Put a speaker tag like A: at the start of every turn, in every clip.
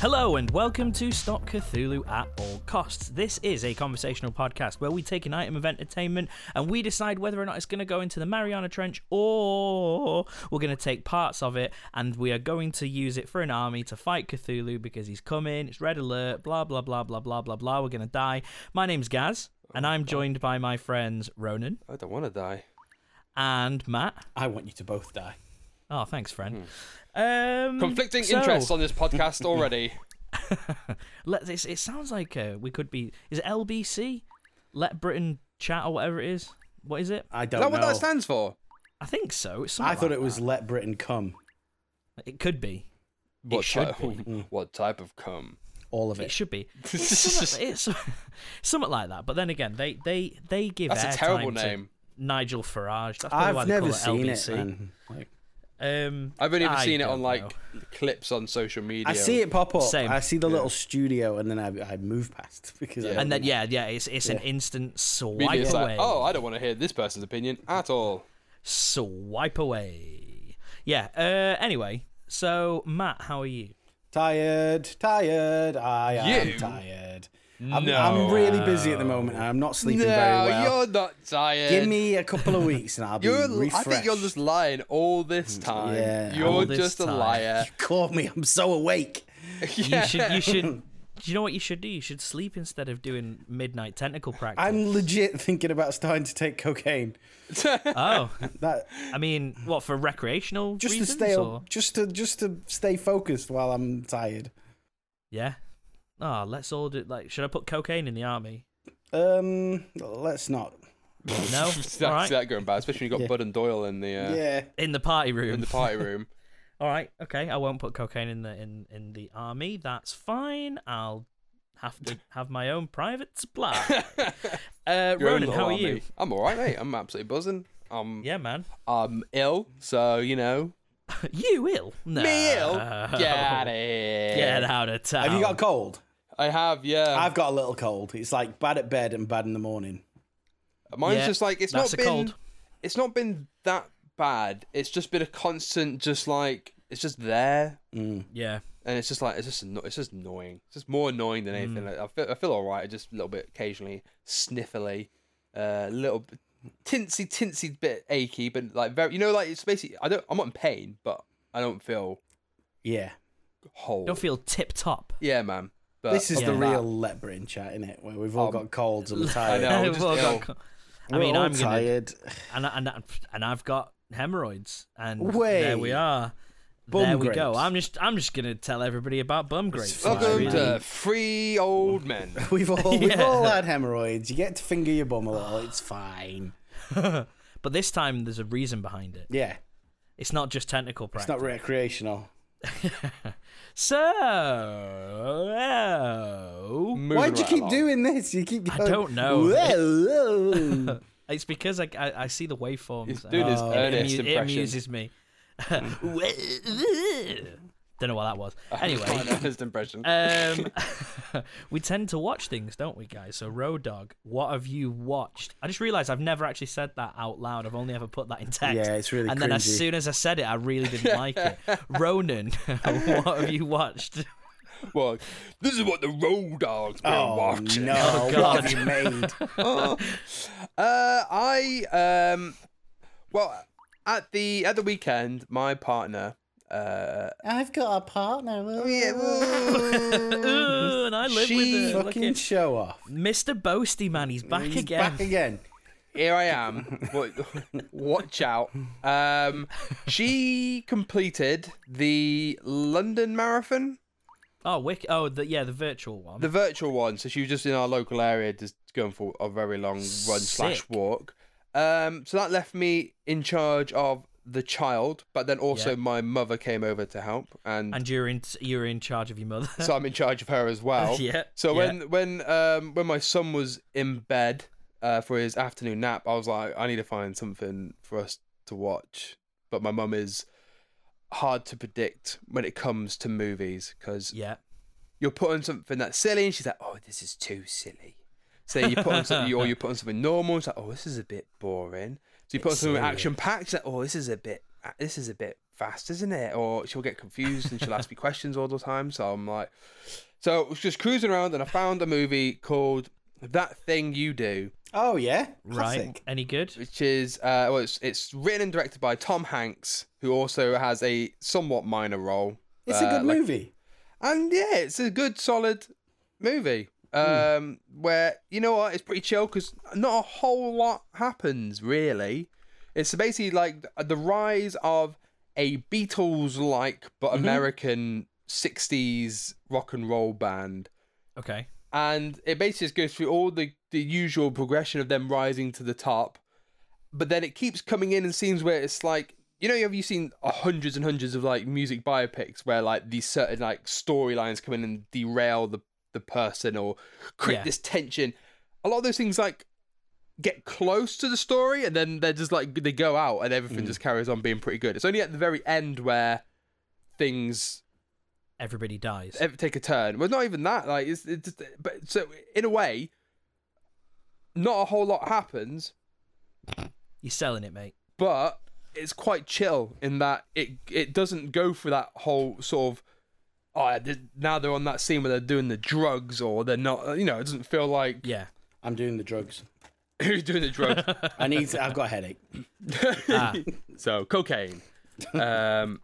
A: Hello and welcome to Stop Cthulhu at All Costs. This is a conversational podcast where we take an item of entertainment and we decide whether or not it's going to go into the Mariana Trench or we're going to take parts of it and we are going to use it for an army to fight Cthulhu because he's coming, it's red alert, blah, blah, blah, blah, blah, blah, blah. We're going to die. My name's Gaz and I'm joined by my friends Ronan
B: I don't want to die.
A: and Matt.
C: I want you to both die.
A: Oh, thanks, friend. Um,
B: Hmm. Conflicting
A: so-
B: interests on this podcast already.
A: Let this. It sounds like uh, we could be. Is it LBC? Let Britain chat or whatever it is. What is it?
C: I don't
B: Is that
C: know.
B: what that stands for?
A: I think so. It's
C: I
A: something
C: thought
A: like
C: it was
A: that.
C: Let Britain Come.
A: It could be.
B: What
A: should
B: ti- What type of cum?
C: All of
A: It
C: it.
A: should be. It's something, it's something like that. But then again, they they they give
B: That's a
A: airtime
B: terrible
A: to
B: name.
A: Nigel Farage. That's probably why
C: I've
A: they
C: never
A: call
C: seen
A: it
C: it.
A: LBC.
C: man. Like,
A: Um,
B: I've only ever
A: I
B: seen it
A: don't
B: on like
A: know.
B: clips on social media.
C: I see it pop up.
A: Same.
C: I see the little studio, and then I, I move past because. I
B: Yeah.
C: don't
A: And then
C: know.
A: yeah, yeah, it's it's an instant swipe
B: Media is
A: away.
B: like, oh, I don't want to hear this person's opinion at all.
A: Swipe away. Yeah. Uh, anyway, so Matt, how are you?
C: tired, tired. I
B: You?
C: am tired. I'm,
B: No.
C: I'm really busy at the moment. and I'm not sleeping very well.
B: you're not tired.
C: Give me a couple of weeks, and I'll be
B: You're,
C: refreshed.
B: I think you're just lying all this time.
C: Yeah,
B: you're
A: Mm, all this
B: just a
A: time.
B: liar.
C: Call me. I'm so awake.
A: You should. You should. Do you know what you should do? You should sleep instead of doing midnight tentacle practice.
C: I'm legit thinking about starting to take cocaine.
A: oh,
C: That
A: I mean, what for recreational
C: just
A: reasons?
C: to stay
A: or-
C: just to just to stay focused while I'm tired.
A: Yeah. Oh, let's all do. Like, should I put cocaine in the army?
C: Um, let's not.
A: No.
B: See
A: all
B: that,
A: right.
B: see that going bad, especially when you've got Bud and Doyle in the uh,
C: Yeah,
A: In the party room.
B: in the party room.
A: all right. Okay. I won't put cocaine in the in in the army. That's fine. I'll have to have my own private supply. uh,
B: Your own
A: Ronan,
B: little
A: how are
B: army.
A: you?
B: I'm all right, mate. I'm absolutely buzzing. I'm
A: Yeah, man.
B: I'm ill, so you know.
A: You ill? No.
B: Me ill? Get out of here.
A: Get out of town.
C: have you got a cold?
B: I have, yeah.
C: I've got a little cold. It's like bad at bed and bad in the morning.
B: Mine's
A: Yeah,
B: just like it's
A: that's
B: not
A: a
B: been.
A: cold.
B: It's not been that bad. It's just been a constant, just like it's just there,
A: Yeah.
B: and it's just like it's just anno- it's just annoying. It's just more annoying than
A: Mm.
B: anything. Like, I feel I feel all right. Just a little bit occasionally sniffly, a little bit tinsy tinsy bit achy, but like very you know like it's basically I don't I'm not in pain, but I don't feel
C: Yeah,
B: whole.
A: Don't feel tip top.
B: yeah, man. But
C: this is
B: other
C: the
B: than that-
C: real let Britain chat, isn't it? Where we've all got colds and we're
B: I
C: tired.
B: know. we're
A: We've
B: just
A: all got
B: ill.
A: co- I
C: We're
A: mean,
C: all
A: I'm gonna
C: tired.
A: and I- and I- and I've got hemorrhoids, and there we
C: Wait.
A: are.
C: Bum
A: there we go.
C: grapes.
A: I'm just I'm just gonna tell everybody about bum grapes.
C: fine.
B: Welcome
C: Really.
B: to free old men.
C: We've all we've all had hemorrhoids. You get to finger your bum a little. It's fine.
A: But this time there's a reason behind it.
C: Yeah,
A: It's not just technical
C: it's
A: practice.
C: not recreational.
A: so
B: Moving
C: Why do you
B: right
C: keep
B: along.
C: doing this? You keep. Going,
A: don't know.
C: Whoa, whoa.
A: it's because I I, I see the waveforms.
B: He's
A: and
B: doing his
A: it,
B: earnest
A: amu- it
B: impression.
A: amuses me.
C: Hmm.
A: Don't know what that was. Anyway,
B: earnest impression.
C: Uh,
A: Um, we tend to watch things, don't we, guys? So, Road Dog, what have you watched? I just realised I've never actually said that out loud. I've only ever put that in text.
C: Yeah, it's really
A: And then as
C: cringy.
A: soon as I said it, I really didn't like it. Ronan, what have you watched?
B: Well, this is what the road dog's been
C: Oh
B: watching.
C: no!
A: God.
C: What have you made?
B: Uh, I um, well, at the at the weekend, my partner. Uh,
C: I've got a partner.
A: Ooh, and I live
B: She
A: with it.
C: Fucking show off.
A: Mr. Boasty Man, he's back
C: He's
A: again.
C: back again.
B: here I am. Wa- Watch out. Um, she completed the London Marathon,
A: Oh, Wick. Oh, the, yeah, the virtual one.
B: the virtual one. So she was just in our local area, just going for a very long run slash
A: Sick.
B: walk. Um, so that left me in charge of the child, but then also
A: Yeah.
B: my mother came over to help, and
A: and you're in you're in charge of your mother.
B: so I'm in charge of her as well.
A: Yeah,
B: So
A: yeah.
B: when when um when my son was in bed uh, for his afternoon nap, I was like, I need to find something for us to watch. But my mum is, hard to predict when it comes to movies because
A: Yeah.
B: you're putting something that's silly, and she's like, "Oh, this is too silly." So you put on something, or you put on something normal. It's like, "Oh, this is a bit boring." So you put on
A: It's
B: something
A: serious.
B: action packed. She's like, "Oh, this is a bit, this is a bit fast, isn't it?" Or she'll get confused and she'll ask me questions all the time. So I'm like, so I was just cruising around and I found a movie called That Thing You Do,
C: Oh yeah,
A: Right.
C: classic.
A: Any good?
B: which is uh, well, it's, it's written and directed by Tom Hanks, who also has a somewhat minor role.
C: It's a
B: Uh,
C: good
B: like-
C: movie.
B: and yeah, it's a good, solid movie. Um, where you know what, it's pretty chill because not a whole lot happens really. It's basically like th- the rise of a Beatles-like but American '60s rock and roll band,
A: Okay.
B: and it basically just goes through all the the usual progression of them rising to the top, but then it keeps coming in and scenes where it's like you know have you seen hundreds and hundreds of like music biopics where like these certain like storylines come in and derail the the person or create
A: Yeah.
B: this tension. A lot of those things like get close to the story and then they're just like they go out and everything just carries on being pretty good. It's only at the very end where things
A: Everybody dies.
B: ever take a turn. Well, not even that. Like, it's, it's just, but so in a way, not a whole lot happens,
A: You're selling it, mate.
B: but it's quite chill in that it it doesn't go for that whole sort of. Oh, th- now they're on that scene where they're doing the drugs, or they're not. You know, it doesn't feel like
A: Yeah.
C: I'm doing the drugs.
B: who's doing the drugs.
C: I need. To, I've got a headache.
B: so cocaine. Um,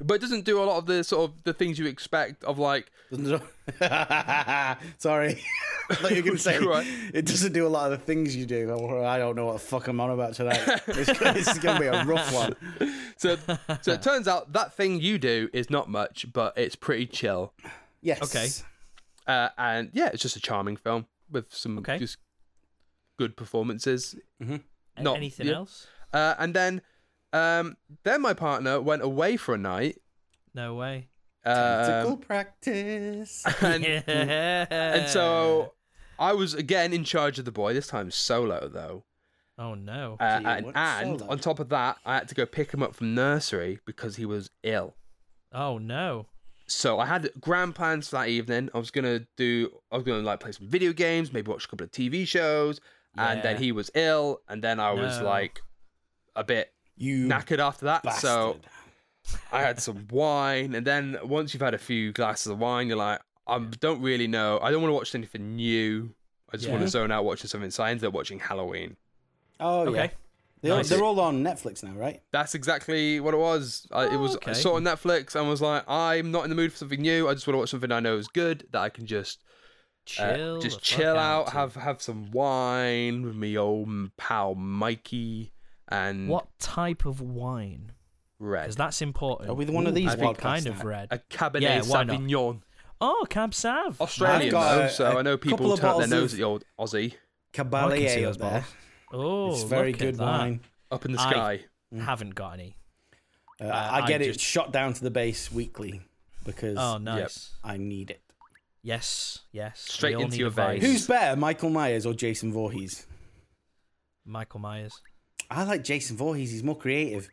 B: but it doesn't do a lot of the sort of the things you expect of like
C: Sorry, I thought you were going to say
B: Right.
C: it doesn't do a lot of the things you do. Oh, I don't know what the fuck I'm on about tonight. This, this is going to be a rough one.
B: so. So it turns out that thing you do is not much, but it's pretty chill.
C: Yes.
A: Okay.
B: Uh, and yeah, it's just a charming film with some
A: Okay.
B: just good performances.
A: A-
B: Not-
A: Anything
B: yeah.
A: else?
B: Uh, and then, um, then my partner went away for a night.
A: No way.
C: Tactical
B: Um,
C: practice.
B: and,
A: Yeah.
B: and so I was again in charge of the boy. This time solo though.
A: Oh no.
B: Uh,
C: So you
B: and
C: went
B: and
C: solo.
B: on top of that, I had to go pick him up from nursery because he was ill.
A: Oh no.
B: so I had grand plans for that evening. I was gonna do, I was gonna like play some video games, maybe watch a couple of TV shows, and then
A: Yeah.
B: he was ill, and then I was
A: No.
B: like a bit
C: You
B: knackered after that.
C: bastard.
B: So I had some wine, and then once you've had a few glasses of wine, you're like, I don't really know. I don't want to watch anything new. I just want
A: Yeah.
B: to zone out watching something. So I ended up watching Halloween.
C: oh yeah.
B: Uh,
A: Okay.
C: They all,
A: Nice.
C: They're all on Netflix now, right?
B: That's exactly what it was. I, it was
A: Oh, Okay.
B: I saw it on Netflix and was like, I'm not in the mood for something new. I just want to watch something I know is good that I can just Uh,
A: Chill. the
B: just
A: fuck
B: chill out,
A: to.
B: have have some wine with me old m- pal Mikey and
A: What type of wine?
B: red.
A: Because that's important.
C: Are we the one of
A: Ooh,
C: these
A: I think
C: podcasts
A: kind of
C: now?
A: red.
B: a Cabernet
A: Yeah, why not?
B: Sauvignon.
A: Oh, Cab Sav.
B: Australian
C: got
B: though,
C: a-
B: so
C: a
B: I know people
C: couple of
B: turn their
C: bottles
B: nose
C: of-
B: at the old Aussie
A: I can see
C: Caballé
A: those
C: up there.
A: bottles. Oh,
C: It's very
A: look
C: good
A: at that.
C: wine. Mm.
B: up in the
A: I-
B: sky.
A: Haven't got any.
C: Uh, I
A: I
C: get it
A: just-
C: shot down to the base weekly because
A: Oh, nice.
C: I need it.
A: Yes, yes. We
B: Straight
A: all
B: into
A: need
B: your
A: a vice.
B: veins.
C: Who's better, Michael Myers or Jason Voorhees?
A: Michael Myers.
C: I like Jason Voorhees. He's more creative.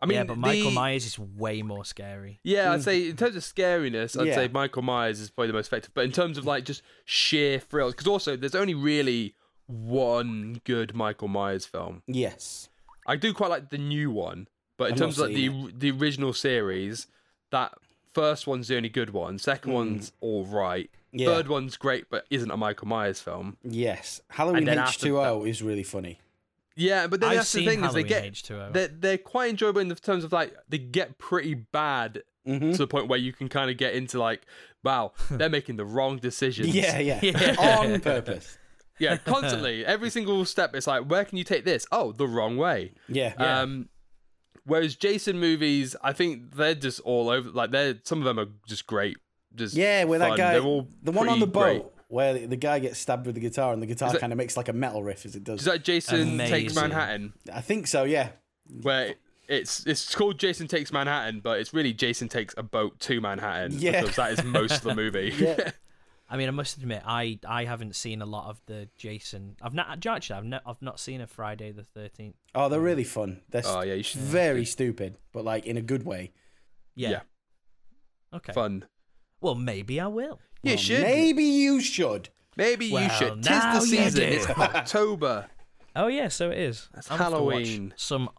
B: I mean,
A: yeah, but Michael
B: the-
A: Myers Mm. is way more scary.
B: Yeah, I'd say in terms of scariness, I'd
C: Yeah.
B: say Michael Myers is probably the most effective. But in terms of like just sheer thrills, because also there's only really one good Michael Myers film.
C: Yes.
B: I do quite like the new one, but in
C: I've not
B: terms of like the the original series, that first one's the only good one. Second one's all right.
C: Hmm. Yeah.
B: Third one's great, but isn't a Michael Myers film.
C: Yes. Halloween
B: And then after
C: H2O is really funny.
B: Yeah, but then
A: I've
B: that's the
A: seen
B: thing is they
A: Halloween
B: get
A: H2O.
B: They're, they're quite enjoyable in the terms of like they get pretty bad
C: Mm-hmm.
B: to the point where you can kind of get into like, wow, they're making the wrong decisions.
C: Yeah, yeah. On purpose.
B: yeah, constantly. Every single step, it's like, where can you take this? Oh, the wrong way.
C: Yeah.
B: Um, whereas Jason movies, I think they're just all over. Like they're some of them are just great. Just
C: yeah, where that
B: fun.
C: guy,
B: They're all
C: the one on the
B: pretty great.
C: boat, where the, the guy gets stabbed with the guitar and the guitar
B: that-
C: kind of makes like a metal riff as it does.
B: Is that Jason takes
A: Amazing.
B: Manhattan?
C: I think so, yeah.
B: Where it's it's called Jason takes Manhattan, but it's really Jason takes a boat to Manhattan.
C: Yeah.
B: because that is most of the movie.
C: Yeah.
A: I mean, I must admit, I I haven't seen a lot of the Jason. I've not actually, I've not, I've not seen a Friday the Thirteenth.
C: Oh, they're really fun. They're
B: Oh,
C: st-
B: yeah, you should-
C: very stupid, but like in a good way.
A: Yeah.
B: Yeah.
A: Okay.
B: Fun.
A: Well, maybe I will.
B: You
C: Well,
B: should. Maybe,
C: Oh, Maybe you should.
A: Well,
B: you should. Tis
A: now
B: the
A: you
B: season.
A: do.
B: It's October.
A: Oh yeah, so it is.
B: That's
A: I'm off to watch
B: Halloween.
A: Some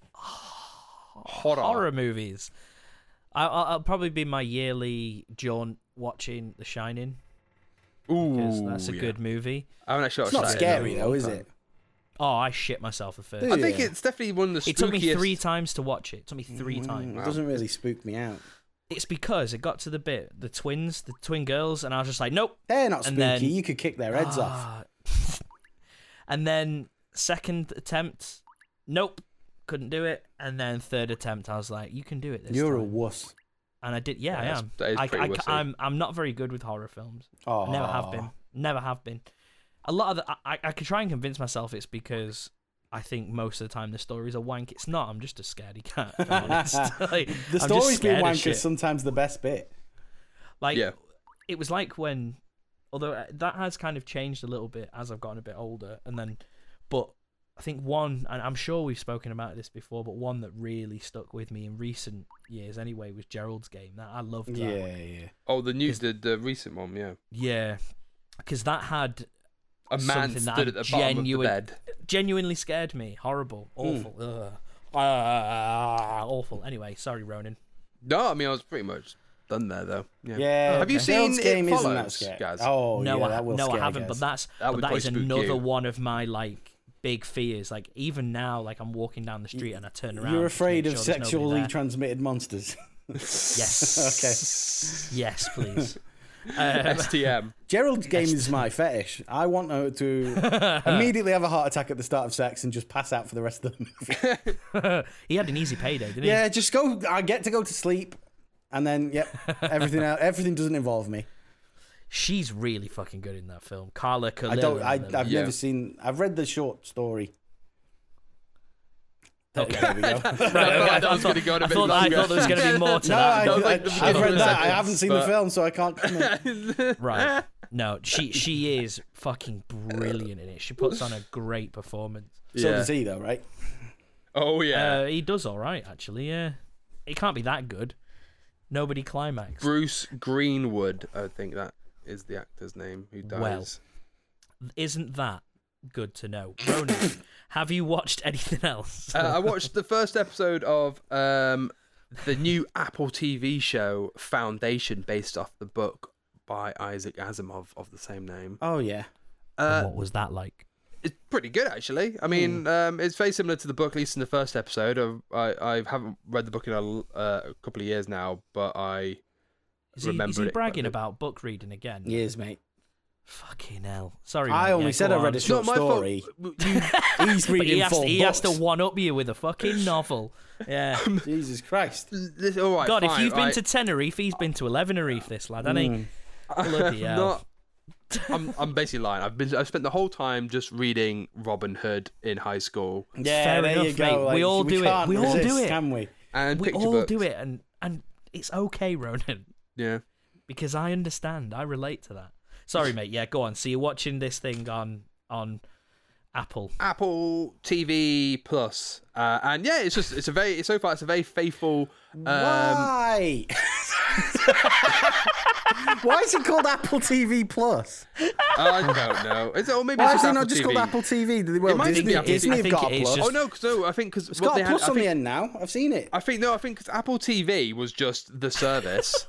B: Horror.
A: horror movies. I, I'll, I'll probably be my yearly jaunt watching The Shining because
B: Ooh,
A: that's a
B: yeah.
A: good movie.
B: I haven't actually
C: It's not
B: watched that in a
C: scary though,
B: long
C: is
B: time.
C: it?
A: Oh, I shit myself the first.
C: Did
B: I think
C: Yeah.
B: it's definitely one of the spookiest.
A: It
B: Mm.
A: took me three times to watch it. It took me three times.
C: Mm, It doesn't really spook me out.
A: It's because it got to the bit the twins, the twin girls, and I was just like, nope.
C: They're not
A: And
C: spooky.
A: then-
C: You could kick their heads off.
A: Ah. and then second attempt, nope, couldn't do it. And then third attempt, I was like, you can do it this
C: You're a
A: time.
C: wuss.
A: and I did. Yeah, I
B: That's-
A: am.
B: that is
A: I,
B: pretty
A: I,
B: wussy.
A: I'm I'm not very good with horror films.
C: Oh,
A: I Never have been. Never have been. A lot of the, I- I I could try and convince myself it's because I think most of the time the stories are wank. It's not. I'm just a scaredy cat. if I'm honest. Like,
C: Ah.
A: I'm
C: The
A: just
C: story's being
A: scared of
C: wank
A: shit.
C: is sometimes the best bit.
A: Like
B: Yeah.
A: it was like when, although uh, that has kind of changed a little bit as I've gotten a bit older, and then, but I think one, and I'm sure we've spoken about this before, but one that really stuck with me in recent years anyway was Gerald's Game. That I loved that.
C: yeah.
B: Oh, the new,
A: 'Cause-
B: the, the recent one, yeah.
A: Yeah, because that had
B: A man
A: Something that
B: stood
A: I
B: at the bottom of the
A: genuine-
B: bed. Hmm.
A: genuinely scared me. Horrible, awful, ugh. Ah, awful. Anyway, sorry, Ronan.
B: No, I mean I was pretty much done there though. Yeah.
C: Yeah.
B: Have you
C: Gerald's
B: seen It
C: game isn't that
B: Follows,
C: scary.
B: guys?
C: Oh,
A: no,
C: yeah,
A: I,
C: that will
A: no,
C: scare
A: I haven't. But
C: guys.
A: that's
B: That
A: but
B: would
A: that
B: probably
A: is
B: spook
A: another
B: you.
A: one of my like big fears. Like even now, like I'm walking down the street and I turn around.
C: You're
A: just to make
C: afraid of
A: sure there's nobody
C: sexually
A: there.
C: transmitted monsters.
A: yes,
C: okay.
A: yes, Um, please.
B: STM.
C: Gerald's game is my fetish. I want her to immediately have a heart attack at the start of sex and just pass out for the rest of the movie.
A: he had an easy payday, didn't
C: yeah, just go. I get to go to sleep, and then yep, everything out. Everything doesn't involve me.
A: he? She's really fucking good in that film. Carla Kalil.
C: I don't.
A: and
C: I,
A: them.
C: I've
B: Yeah.
C: never seen. I've read the short story.
A: Okay.
C: There we go.
B: I
A: I
B: thought it
A: thought
B: was gonna go on a
A: I
B: bit
A: thought- I
B: longer.
A: thought there was going to be more to
C: No,
A: that.
C: I,
B: That was like
C: I,
B: the
C: have read
B: beginning
C: that. I
B: sentence,
C: haven't seen the
B: but-
C: film, so I can't comment.
A: Right. No, she she is fucking brilliant in it. She puts on a great performance.
C: So
B: Yeah.
C: does he, though, right?
B: Oh yeah.
A: Uh, he does all right actually. Yeah, it can't be that good. Nobody climax.
B: Bruce Greenwood, I think that is the actor's name who dies.
A: Well. Isn't that good to know? Ronan, have you watched anything else?
B: Uh, I watched the first episode of um, the new Apple TV show Foundation, based off the book by Isaac Asimov of the same name.
C: Oh yeah.
B: Uh,
A: what Hmm. was that like?
B: it's pretty good actually. I mean, um, it's very similar to the book, at least in the first episode. I I, I haven't read the book in a, l- uh, a couple of years now, but I
A: Is he,
B: remembered
A: is he
B: it quite a
A: bragging
B: bit.
A: about book reading again?
C: He is, mate.
A: Fucking hell! Sorry,
C: I
A: mate.
C: only
A: Yeah,
C: said
A: go
C: I read
A: on.
C: a short story.
B: fault. You-
C: He's
A: But he
C: reading
A: has,
C: full
A: to, he has to
C: books.
A: one up you with a fucking novel. Yeah.
C: Jesus Christ.
B: this- all right,
A: God, if
B: fine,
A: you've been
B: right.
A: to Tenerife, he's been to Elevenerife. This lad,
C: Hmm.
A: hasn't
C: Mm.
A: he? Bloody
B: I'm
A: hell!
B: not. I'm, I'm basically lying. I've been. I've spent the whole time just reading Robin Hood in high school,
C: Yeah,
A: Fair
C: there you
A: enough,
C: go.
A: mate.
C: Like,
A: We all do it.
C: can't
A: We all do
C: resist,
A: it.
C: Can we?
B: and
A: we
B: picture
A: all
B: books.
A: do it, and and it's okay, Ronan,
B: Yeah.
A: because I understand. I relate to that. Sorry, mate. Yeah, go on. So you're watching this thing on on Apple.
B: Apple TV Plus, uh, and yeah, it's just it's a very so far it's a very faithful. Um,
C: Why? Why is it called Apple TV Plus?
B: I don't know. Is it, or maybe
C: Why
B: it's
C: is
B: just
C: it
B: Apple
C: not just
B: TV.
C: called Apple TV? Well,
B: It might just
C: Disney,
B: be Apple
C: Disney
B: TV.
C: have
A: I
C: got
A: think
C: a
A: it is
C: plus.
A: just-
B: Oh no, 'cause no, I think because
C: it's got a plus on the end now. I've seen it.
B: I think no, I think 'cause Apple TV was just the service.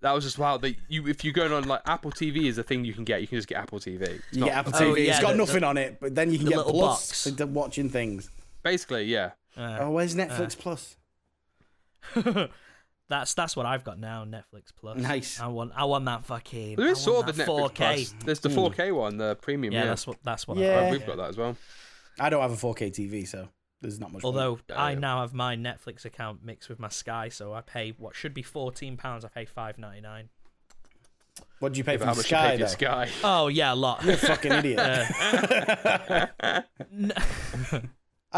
B: that was just wow. That you, if you're going on like Apple TV is a thing you can get. You can just get Apple TV. It's
C: You
B: not-
C: get Apple
A: oh,
C: TV.
A: yeah,
C: it's got
A: the-
C: nothing on it, but then you can
A: the
C: get
A: little
C: Plus
A: box. Uh,
C: to watching things.
B: Basically, yeah.
C: Oh, where's Netflix Plus?
A: That's that's what I've got now. Netflix Plus.
C: Nice.
A: I want I want that fucking.
B: There
A: I
B: is sort
A: want
B: of a
A: that
B: Netflix
A: 4K.
B: Plus. There's the 4K one, the premium.
A: Yeah,
B: Yeah,
A: that's what that's what.
C: Yeah.
A: I
B: Uh,
A: want,
B: we've got that as well.
C: I don't have a 4K TV, so there's not much. point.
A: Although I
B: Damn.
A: now have my Netflix account mixed with my Sky, so I pay what should be fourteen pounds. I pay five ninety nine.
C: what do you pay for
B: How
C: the
B: much you pay
C: Sky
B: for your
C: though?
B: Sky?
A: Oh yeah, a lot.
C: Fucking idiot. I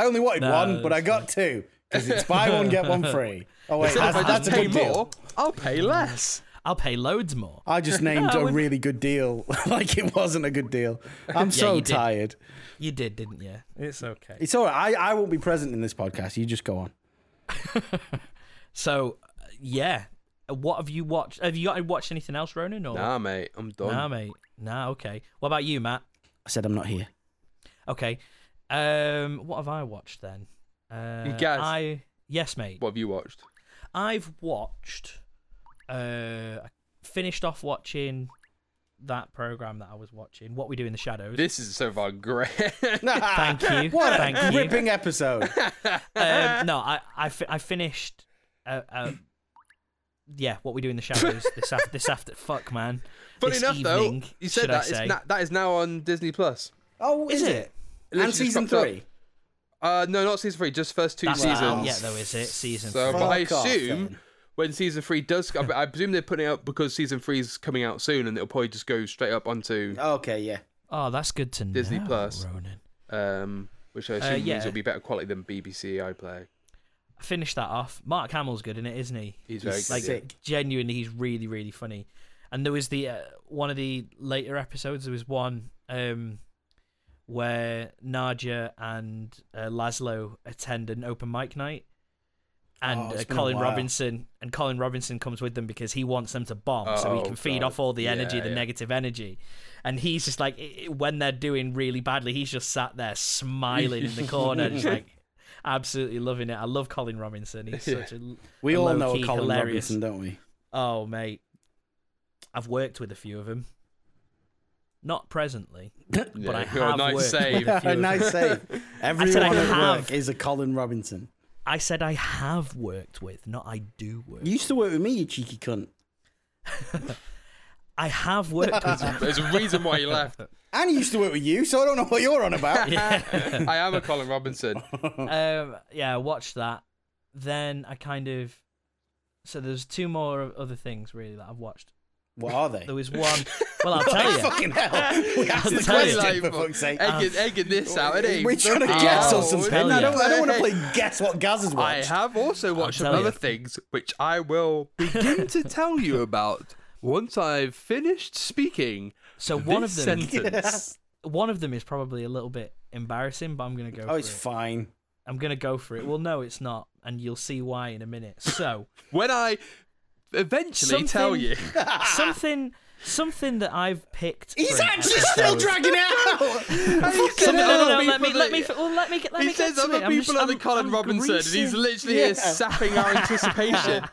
C: only wanted
A: No,
C: one, but I
A: that's
C: got two because it's buy one get one free. Oh
B: So
C: wait,
B: if
C: that's,
B: I
C: that's
B: just
C: a
B: pay
C: good deal.
B: more, I'll pay less.
A: I'll pay loads more.
C: I just named
A: Oh,
C: a
A: we-
C: really good deal like it wasn't a good deal. I'm so
A: you did.
C: tired.
A: You did, didn't you? It's okay.
C: It's all right. I, I won't be present in this podcast. You just go on.
A: So, uh, yeah. What have you watched? Have you got watched anything else, Ronan? Or
B: Nah, mate, I'm done.
A: Nah, mate. Nah, okay. What about you, Matt?
C: I said I'm not here.
A: Okay. Um, what have I watched then? Uh,
B: guys-
A: I yes, mate.
B: What have you watched?
A: I've watched. Uh, I finished off watching that program that I was watching. What we do in the shadows.
B: This is so far great.
A: Thank you.
C: What a
A: Thank you.
C: gripping episode.
A: um, no, I I, fi- I finished. Uh, uh, yeah, what we do in the shadows this after this after fuck man.
B: Funny
A: this
B: enough,
A: evening,
B: though, you
A: should
B: said
A: I
B: that
A: say.
B: it's na- that is now on Disney Plus.
C: Oh,
A: Is
C: is,
A: it?
C: it?
B: Literally
C: And
B: just
C: season
B: popped up.
C: three.
B: Uh, no, not season three, just first two
A: That's
B: seasons.
A: out. Yeah, though is it season
B: So,
A: three.
B: but I
C: Fuck off,
B: assume
C: then.
B: when season three does, I, I presume they're putting it up because season three is coming out soon, and it'll probably just go straight up onto
C: Okay, yeah.
A: Oh, that's good to know.
B: Disney Plus.
A: Ronan.
B: um, which I
C: Uh,
B: assume
A: yeah.
B: means it'll be better quality than BBC iPlayer.
A: Finish that off. Mark Hamill's good in it, isn't he?
B: He's very
C: He's
B: good. yeah.
C: sick.
A: genuinely he's really really funny and there was the uh, one of the later episodes there was one um where Nadia and uh, Laszlo attend an open mic night and
C: Oh,
A: uh,
C: it's been a
A: Colin
C: while.
A: Robinson and Colin Robinson comes with them because he wants them to bomb so he
B: Oh,
A: can feed
B: God.
A: off all the energy
B: Yeah,
A: the
B: yeah.
A: negative energy and he's just like i- i- when they're doing really badly he's just sat there smiling in the corner just like absolutely loving it I love Colin Robinson he's such a
C: We
A: a
C: all know a
A: low-key
C: Colin
A: hilarious-
C: Robinson, don't we?
A: Oh, mate. I've worked with a few of them. Not presently, but I
B: you're a
A: have
B: nice
A: worked
B: save.
A: with a few of them.
C: nice save.
A: said I
C: Everyone at
A: have.
C: work is a Colin Robinson.
A: I said I have worked with, not I do work.
C: You used to work with me, you cheeky cunt.
A: I have worked with them.
B: There's a reason why you left.
C: And he used to work with you, so I don't know what you're on about.
B: I am a Colin Robinson.
C: Oh.
A: um, yeah, I watched that. Then I kind of. So there's two more of- other things really that I've watched.
C: What are they? Ah,
A: There was one. Well, I'll tell you.
C: Fucking hell. We asked the
A: tell you.
C: question, for fuck's sake. Uh,
B: Egging, egging this out, ain't he?
C: We're trying to
B: Fucking
C: guess
A: Oh,
C: or something.
A: tell
C: I
A: ya.
C: don't, I don't want to play guess what Gaz has
B: I
C: watched.
B: have also watched some
A: tell
B: other
A: you.
B: things which I will begin to tell you about once I've finished speaking.
A: So one of
B: this
A: them,
B: sentence.
A: one of them is probably a little bit embarrassing, but I'm gonna go.
C: Oh,
A: for
C: it's
A: it.
C: fine.
A: I'm gonna go for it. Well, no, it's not, and you'll see why in a minute. So.
B: when I eventually tell
A: Something-
B: you.
A: something something that I've picked.
C: He's
A: for an
C: actually still
A: episode-
C: dragging it out.
B: He said
A: No, no,
B: other
A: no, no, let me,
B: people
A: let me,
B: that-
A: well, let me, get- let
B: He
A: me get
B: says
A: to
B: other
A: it. I'm
B: people
A: just-
B: are the
A: I'm-
B: Colin
A: I'm
B: Robinson, and he's
A: greasing-
B: literally here sapping our anticipation.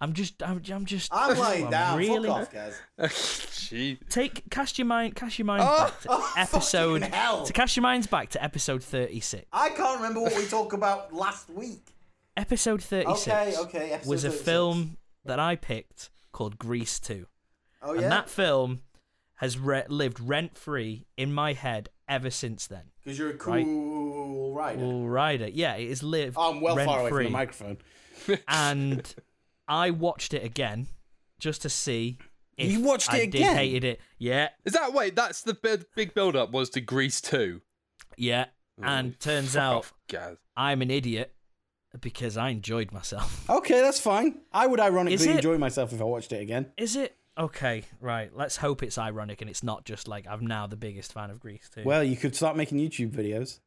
A: I'm just, I'm, I'm just.
C: I'm lying
A: I'm
C: down.
A: Really,
C: Fuck off, Gaz.
B: Gee.
A: take cast your mind, cast your mind
B: Oh,
A: back to
C: oh, fucking
A: episode.
C: hell.
A: To cast your minds back to episode thirty-six.
C: I can't remember what we talked about last week.
A: Episode thirty-six
C: okay, episode
A: was a
C: 36.
A: film that I picked called Grease Two,
C: Oh,
A: and that film has re- lived rent-free in my head ever since then.
C: Because you're a
A: Right.
C: cool rider.
A: Will Rider. Yeah, it has lived.
C: Oh, I'm well far away from
A: rent-free.
C: the microphone.
A: And I watched it again just to see if
C: You watched
A: I
C: it
A: did
C: again?
A: hated it. Yeah,
B: Is that wait? That's the big, big build up was to Grease two.
A: yeah.
C: Oh,
A: And turns
B: Fuck
A: out
B: off, Gaz.
A: I'm an idiot because I enjoyed myself.
C: Okay, that's fine. I would
A: Is
C: ironically
A: it-
C: enjoy myself if I watched it again.
A: Is it? Okay, right. Let's hope it's ironic and it's not just like I'm now the biggest fan of Greece too.
C: Well, you could start making YouTube videos.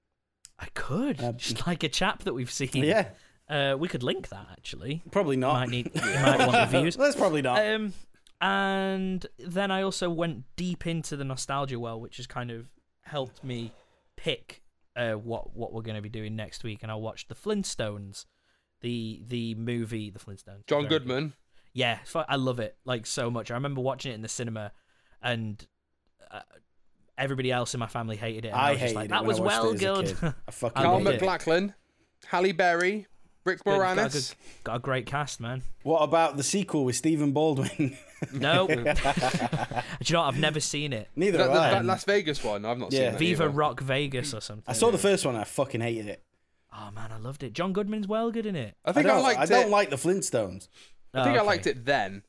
A: I could.
C: uh,
A: just like a chap that we've seen.
C: Yeah,
A: Uh, we could link that actually.
C: probably not.
A: Might need might want the views.
C: That's probably not.
B: Uh,
A: Um, and then I also went deep into the nostalgia well, which has kind of helped me pick uh, what what we're going to be doing next week. And I watched the Flintstones, the the movie, the Flintstones.
B: John
A: Very good.
B: Goodman.
A: Yeah, fu- I love it like so much. I remember watching it in the cinema, and uh, everybody else in my family hated it. and
C: I
A: was just
C: hated
A: like,
C: it.
A: That
C: when
A: was
C: I watched
A: well
C: it as a
A: good.
C: kid. I fucking
A: I
B: Carl
A: love
C: hated
A: it.
C: it.
B: McLachlan, Halle Berry, Rick
A: Good, got a
B: Moranis.
A: good- got a great cast, man.
C: What about the sequel with Stephen Baldwin?
A: No, do you know what? I've never seen it.
C: Neither
B: That,
C: have
B: that,
C: I.
B: that Las Vegas one, I've not
C: Yeah.
B: seen. That
A: Viva
B: either.
A: Rock Vegas or something.
C: I saw the first one. and I fucking hated it.
A: Oh man, I loved it. John Goodman's well good in it.
B: I think I,
C: don't,
B: liked
C: I don't
B: it.
C: like the Flintstones.
B: I think I liked it then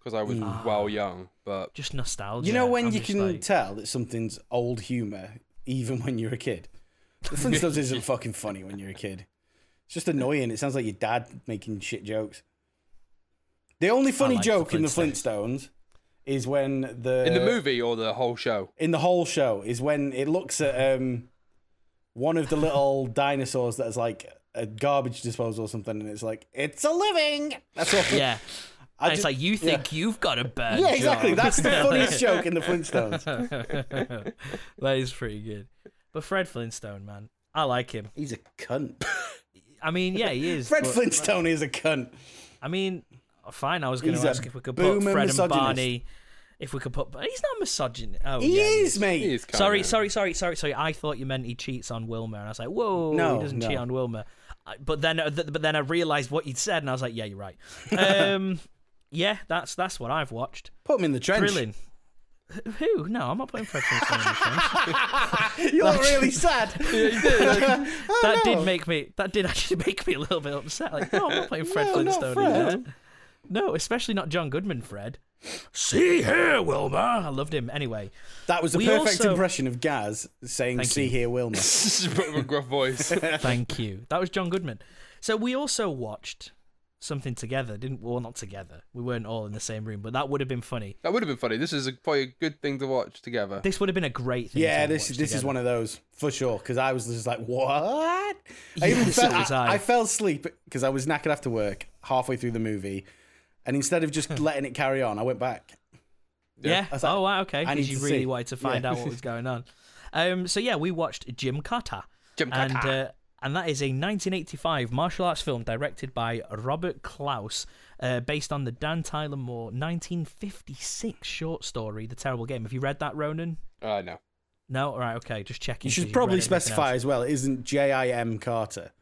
B: because I was
A: Ah.
B: well young. But
A: Just nostalgia.
C: You know when
A: I'm
C: you
A: just
C: can
A: like-
C: tell that something's old humor, even when you're a kid. The Flintstones isn't fucking funny when you're a kid. It's just annoying. It sounds like your dad making shit jokes. The only funny
A: like the
C: joke in the
A: Flintstones.
C: Flintstones is when the
A: Uh,
B: in the movie or the whole show.
C: in the whole show is when it looks at um one of the little dinosaurs that is like a garbage disposal or something, and it's like it's a living. That's all.
A: Yeah.
C: I
A: it's
C: ju-
A: like you think you've got a bird.
C: yeah, exactly.
A: job.
C: That's the funniest joke in the Flintstones.
A: that is pretty good. But Fred Flintstone, man, I like him.
C: He's a cunt.
A: I mean, yeah, he is.
C: Fred
A: but-
C: Flintstone is a cunt.
A: I mean, oh, fine. I was going
C: He's
A: to
C: a
A: ask if we could put
C: boomer
A: Fred and
C: misogynist.
A: Barney. If we could put, but he's not misogynist. Oh,
C: He
A: yeah,
C: is, mate.
B: He is kind
A: Sorry,
B: of-
A: sorry, sorry, sorry, sorry. I thought you meant he cheats on Wilma, and I was like, whoa,
C: No,
A: he doesn't
C: no.
A: cheat on Wilma. I- But then, uh, th- but then I realised what you'd said, and I was like, yeah, you're right. Um, yeah, that's that's what I've watched.
C: Put him in the trench.
A: Thrilling. Who? No, I'm not putting Fred Flintstone in the trench.
C: You're really sad. Oh,
A: That did make me. That did actually make me a little bit upset. Like, no, I'm not playing Fred
C: No, not
A: Flintstone. in that. No, especially not John Goodman. Fred. See here, Wilma. I loved him anyway.
C: That was a
A: We
C: perfect
A: also-
C: impression of Gaz saying,
A: Thank
C: "See
A: you.
C: here, Wilma."
B: gruff voice.
A: Thank you. That was John Goodman. So we also watched something together, didn't? Well, not together. We weren't all in the same room, but that would have been funny.
B: That would have been funny. This is a, probably a good thing to watch together.
A: This would have been a great thing.
C: Yeah, this this is one of those for sure. Because I was just like, "What?" I
A: Yeah,
C: even
A: so
C: fell,
A: was I.
C: I, I fell asleep because I was knackered after work halfway through the movie, and instead of just letting it carry on, I went back.
A: Yeah.
C: was like,
A: Oh, wow. Okay.
C: I need
A: Because you
C: to
A: really
C: see.
A: wanted to find
C: Yeah.
A: out what was going on. Um. So yeah, we watched Jim Carter.
B: Jim
A: and
B: Carter.
A: uh, and that is a 1985 martial arts film directed by Robert Klaus, uh, based on the Dan Tyler Moore 1956 short story, The Terrible Game. Have you read that, Ronan?
B: Uh, no.
A: No. All right. Okay. Just checking.
C: You
A: 'cause
C: should
A: you've
C: probably
A: read everything
C: specify
A: else.
C: as well. It isn't J I M Carter.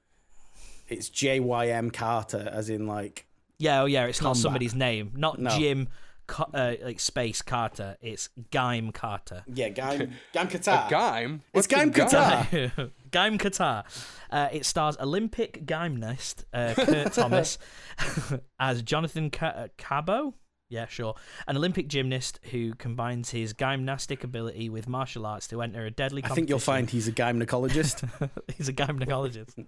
C: It's J Y M Carter, as in like
A: Yeah. Oh, yeah. It's not
C: Combat.
A: somebody's name. Not
C: No.
A: Jim. Ca- Uh, like space Carter, it's Gaim Carter.
C: yeah, Gaim Gaim Qatar.
B: Gaim?
C: It's
B: What's a
C: Gaim Qatar.
A: Gaim Qatar. Uh, it stars Olympic gymnast uh, Kurt Thomas as Jonathan Ca- uh, Cabo. Yeah, sure. An Olympic gymnast who combines his gymnastic ability with martial arts to enter a deadly
C: I
A: competition.
C: think you'll find he's a gyncologist.
A: He's a gyncologist.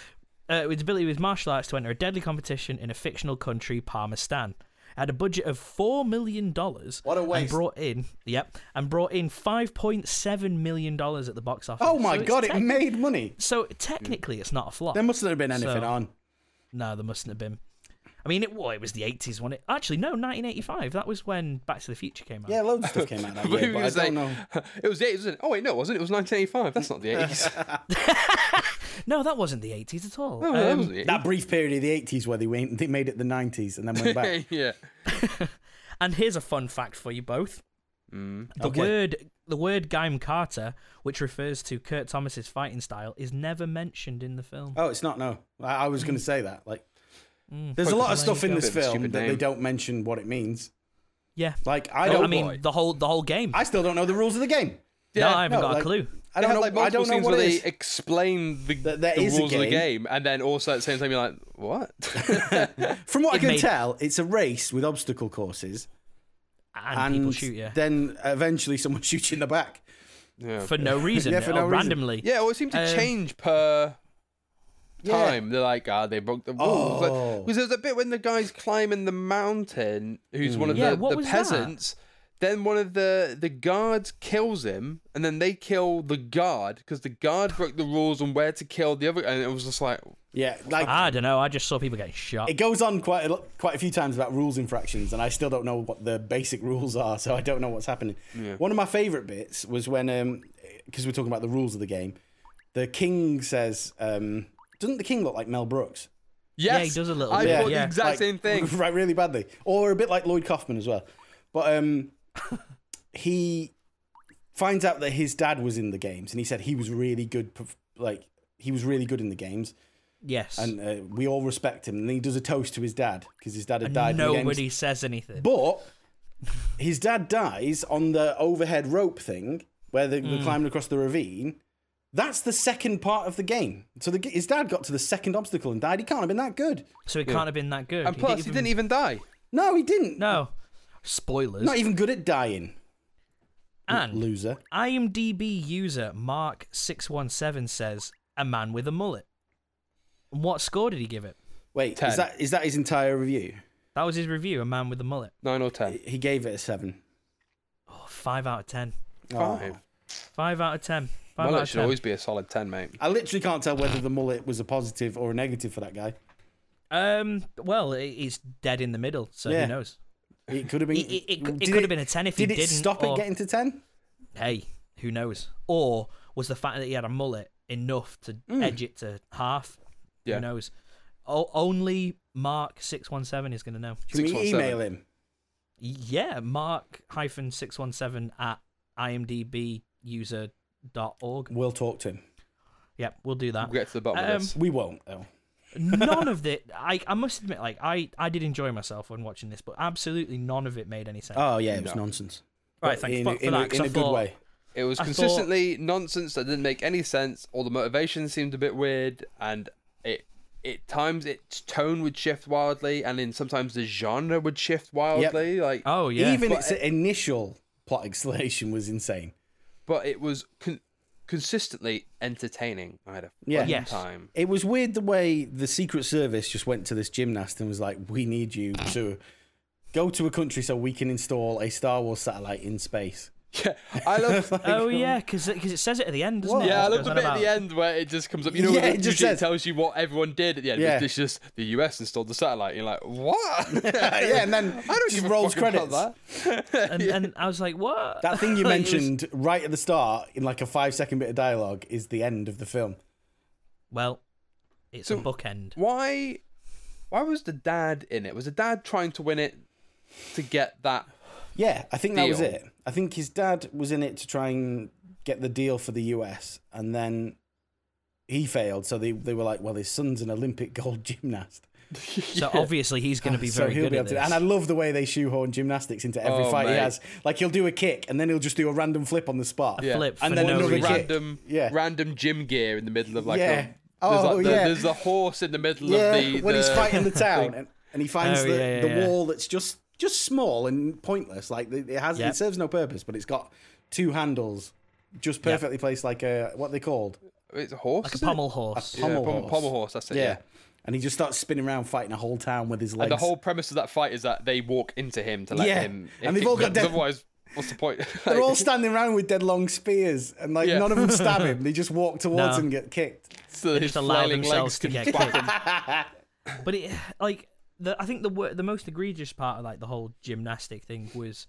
A: uh, with ability with martial arts to enter a deadly competition in a fictional country, Parmistan. Had a budget of four million dollars.
C: What a
A: And
C: waste.
A: brought in, yep, and brought in five point seven million dollars at the box office.
C: oh my
A: So it's
C: god, it
A: tec-
C: made money.
A: so technically, it's not a flop.
C: There mustn't have been anything
A: So-
C: on.
A: No, there mustn't have been. I mean, it well, it was the eighties, wasn't it? Actually, no, nineteen eighty-five. That was when Back to the Future came out.
C: Yeah, loads of stuff came out that
B: But
C: year,
B: it
C: but I
B: was
C: don't know.
B: like- It was the 80s, wasn't it? Oh, wait, no, it wasn't. It was 1985. That's not the 80s.
A: No, that wasn't the eighties at all. Um,
B: No, Oh, that wasn't the 80s.
C: That brief period of the 80s where they, went, they made it the 90s and then went back.
B: yeah.
A: And here's a fun fact for you both. The
C: Mm, Okay.
A: word the word Gaim Carter, which refers to Kurt Thomas's fighting style, is never mentioned in the film.
C: oh, it's not, no. I, I was going to say that. Like,
A: Mm.
C: There's a lot of
A: Pokemon
C: stuff in
A: Go.
C: this
B: Bit of a
C: film
B: stupid
C: that they
B: name. Oh,
C: don't mention what it means.
A: Yeah.
C: Like, I
A: No,
C: don't.
A: I mean
B: boy.
A: the whole the whole game.
C: I still don't know the rules of the game.
A: no, I haven't
C: no,
A: got a
C: like,
A: clue.
B: They
C: I don't
B: had,
C: know.
B: like,
C: I
B: multiple
C: don't know
B: scenes
C: what
B: where
C: it
B: they
C: is.
B: explain the,
C: That there
B: the
C: is a
B: rules of the
C: game.
B: game, and then also at the same time you're like, what?
C: From what I
A: it
C: can
A: made-
C: tell, it's a race with obstacle courses,
A: And,
C: and
A: people shoot you
C: then eventually someone shoots you in the back.
B: yeah.
A: for no reason.
C: Yeah, for
A: or
C: no reason.
A: randomly.
B: yeah, well, it seemed to
A: Um,
B: change per
C: Yeah.
B: time. They're like, ah, they broke the rules. Because
C: Oh.
B: there's a bit when the guy's climbing the mountain, who's one of
A: Mm. Yeah,
B: the,
A: what
B: the
A: was that?
B: peasants. Then one of the the guards kills him, and then they kill the guard because the guard broke the rules on where to kill the other. And it was just like,
C: Yeah, like
A: I don't know. I just saw people getting shot.
C: it goes on quite a, lo- quite a few times about rules infractions, and I still don't know what the basic rules are, so I don't know what's happening. One of my favourite bits was when, because we're talking about the rules of the game, the king says, um, "Doesn't the king look like Mel Brooks?"
B: yes,
A: he does a little
B: I
A: bit,
B: thought
A: yeah.
B: the exact
C: Like,
B: same thing.
C: right? Really badly, or a bit like Lloyd Kaufman as well. But um, he finds out that his dad was in the games, and he said he was really good, perf- like he was really good in the games,
A: yes.
C: and uh, we all respect him. And he does a toast to his dad because his dad had died. in the games.
A: Nobody says anything.
C: But his dad dies on the overhead rope thing where they-
A: Mm.
C: they're climbing across the ravine. That's the second part of the game. So the, his dad got to the second obstacle and died. He can't have been that good.
A: so it can't have been that good.
B: And plus, he didn't even die.
C: No, he didn't.
A: No. Spoilers.
C: Not even good at dying.
A: and
C: Loser.
A: IMDb user Mark six one seven says a man with a mullet. What score did he give it?
C: Wait,
B: Ten.
C: is that is that his entire review?
A: That was his review, A Man with the Mullet.
B: Nine or ten.
C: He gave it a seven.
A: Oh, five out of ten.
B: Five.
C: Oh.
A: Five out of ten. Five out
B: Mullet
A: of
B: should
A: ten.
B: always be a solid ten, mate.
C: I literally can't tell whether the mullet was a positive or a negative for that guy.
A: Um, well, it- it's dead in the middle, so
C: Yeah.
A: who knows?
C: It could have been.
A: It, it, it,
C: Did
A: it could have been a ten if
C: Did
A: he
C: it
A: didn't.
C: stop
A: or-
C: it getting to ten?
A: Hey, who knows? Or was the fact that he had a mullet enough to edge it to half?
B: Hmm. Yeah.
A: Who knows? O- only Mark six one seven is going to know.
C: Should we
B: 617.
C: email him?
A: Yeah, Mark hyphen six one seven at imdb user dot org.
C: We'll talk to him.
A: Yep, we'll do that.
B: We'll get to the bottom
A: Um,
B: of this.
C: We won't though.
A: none of it. I, I must admit, like I, I did enjoy myself when watching this, but absolutely none of it made any sense.
C: Oh yeah, it was
B: No.
C: nonsense.
A: right,
C: But
A: thanks
C: in,
A: fuck
C: in,
A: for
C: a-
A: that. 'cause
C: in
A: I
C: a good
A: thought-
C: way.
B: It was
A: I thought-
B: consistently nonsense that didn't make any sense. All the motivation seemed a bit weird, and it it times its tone would shift wildly, and then sometimes the genre would shift wildly. Like,
A: Oh yeah,
C: Even
B: But
C: its initial plot explanation was insane.
B: but it was con- consistently entertaining. I had a
C: Yeah.
B: fun
A: Yes.
B: time.
C: It was weird the way the Secret Service just went to this gymnast and was like, "We need you to go to a country so we can install a Star Wars satellite in space." uh,
B: Yeah, I love.
A: oh yeah, because it says it at the end, doesn't
C: What?
A: it?
B: Yeah, I
A: It
B: love
A: goes
B: the
A: on
B: bit at
A: about-
B: the end where it just comes up. You know,
C: Yeah,
B: when
C: it
B: it
C: just
B: just
C: says-
B: tells you what everyone did at the end.
C: Yeah.
B: It's just the US installed the satellite. You're like, what?
C: yeah, and then
B: I don't
C: just
B: give a
C: rolls
B: fuck about
C: credits. That.
B: that.
A: and, and I was like, what?
C: thing you
A: Like, it was-
C: mentioned right at the start in like a five second bit of dialogue is the end of the film.
A: well, it's a bookend.
B: Why? Why was the dad in it? Was the dad trying to win it to get that?
C: Yeah, I think that was
B: Deal.
C: it. I think his dad was in it to try and get the deal for the US, and then he failed. So they, they were like, well, his son's an Olympic gold gymnast.
A: So obviously he's going to be
C: Oh, so
A: very
C: he'll
A: good
C: be
A: at
C: able
A: this.
C: to. And I love the way they shoehorn gymnastics into every
B: Oh,
C: fight he
B: mate.
C: has. Like he'll do a kick, and then he'll just do a random flip on the spot.
B: Yeah.
A: Flip
C: And
A: for
C: then
A: no
C: another
A: reason.
C: kick.
B: Random,
C: Yeah.
B: random gym gear in the middle of like
C: Yeah.
B: a. There's,
C: Oh,
B: like the,
C: yeah.
B: there's a horse in the middle
C: Yeah,
B: of the.
C: when he's
B: the-
C: fighting the town, and, and he finds
A: Oh,
C: the,
A: yeah, yeah,
C: the
A: yeah.
C: wall that's just just small and pointless. Like it it has,
A: Yep.
C: it serves no purpose, but it's got two handles, just perfectly placed, like a what are they called
B: It's a horse.
A: Like a
B: isn't it?
A: pommel horse.
B: Yeah,
C: pommel
B: pom-
C: horse.
B: pommel horse. That's it.
C: Yeah.
B: yeah.
C: And he just starts spinning around fighting a whole town with his legs.
B: And the whole premise of that fight is that they walk into him to let
C: Yeah.
B: him.
C: And
B: if
C: they've
B: he-
C: all got
B: because
C: dead-
B: Otherwise, what's the point?
C: They're all standing around with dead long spears, and like
B: Yeah.
C: none of them stab him. They just walk towards
A: No.
C: him and get kicked.
B: so his
A: just allow
B: flailing
A: themselves
B: legs
A: to
B: can
A: get
B: whack
A: kicked.
B: him.
A: But it, like, the, I think the wor- the most egregious part of like the whole gymnastic thing was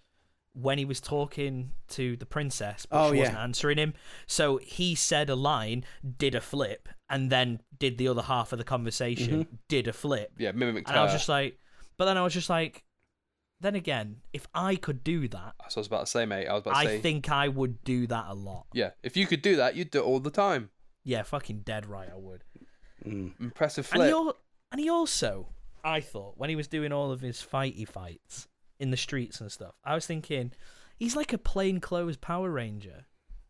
A: when he was talking to the princess, but
C: Oh,
A: she
C: yeah.
A: wasn't answering him. So he said a line, did a flip, and then did the other half of the conversation, did a flip,
B: Yeah, mimic.
A: and I was just like, but then I was just like, then again, if I could do that,
B: That's what I was about to say, mate. I was about to
A: I
B: say.
A: think I would do that a lot.
B: Yeah, if you could do that, you'd do it all the time.
A: Yeah, fucking dead right, I would.
B: Impressive
A: And he,
B: flip.
A: al- and he also, I thought, when he was doing all of his fighty fights in the streets and stuff, I was thinking, he's like a plainclothes Power Ranger.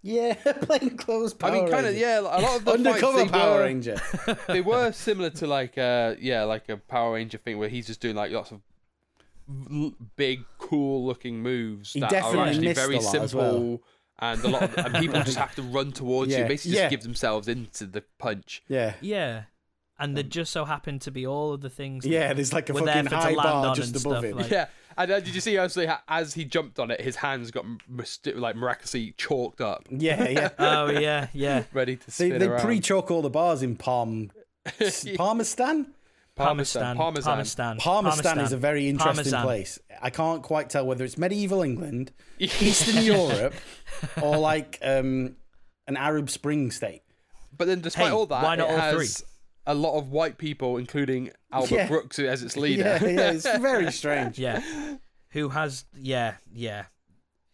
C: Yeah, plain clothes
B: I
C: Power
B: mean, kind of.
C: Ranger.
B: Yeah, a lot of the
C: Undercover
B: fights, they
C: Power
B: were,
C: Ranger.
B: They were similar to like, uh, yeah, like a Power Ranger thing where he's just doing like lots of l- big, cool-looking moves
C: He
B: that
C: definitely
B: are actually
C: missed
B: very
C: a lot
B: simple.
C: as well.
B: And a lot of and people just have to run towards
C: Yeah,
B: you, basically
C: yeah.
B: just give themselves into the punch.
C: Yeah.
A: Yeah. And there just so happened to be all of the things. that
C: Um, Yeah, there's like a
A: were there
C: fucking
A: for it to
C: high
A: land
C: bar
A: on
C: just
A: and
C: above
A: stuff,
C: him.
A: like-
B: Yeah, and uh, did you see as, they ha- as he jumped on it, his hands got m- myst- like miraculously chalked up,
C: yeah, yeah.
A: Oh, yeah, yeah.
B: ready to
C: They,
B: spin
C: they
B: around.
C: pre-choke all the bars in Palm, Palmerstan?
A: Parmesan.
B: Parmesan.
A: Parmesan.
C: Parmerstan is a very interesting
A: Parmesan.
C: place. I can't quite tell whether it's medieval England, Eastern Europe, or like um, an Arab Spring state.
B: But then, despite
A: Hey,
B: all that,
A: why not
B: it
A: all
B: has
A: three?
B: a lot of white people, including Albert
C: Yeah.
B: Brooks as its leader.
C: Yeah, yeah, it's very strange.
A: Yeah. Who has. Yeah, yeah.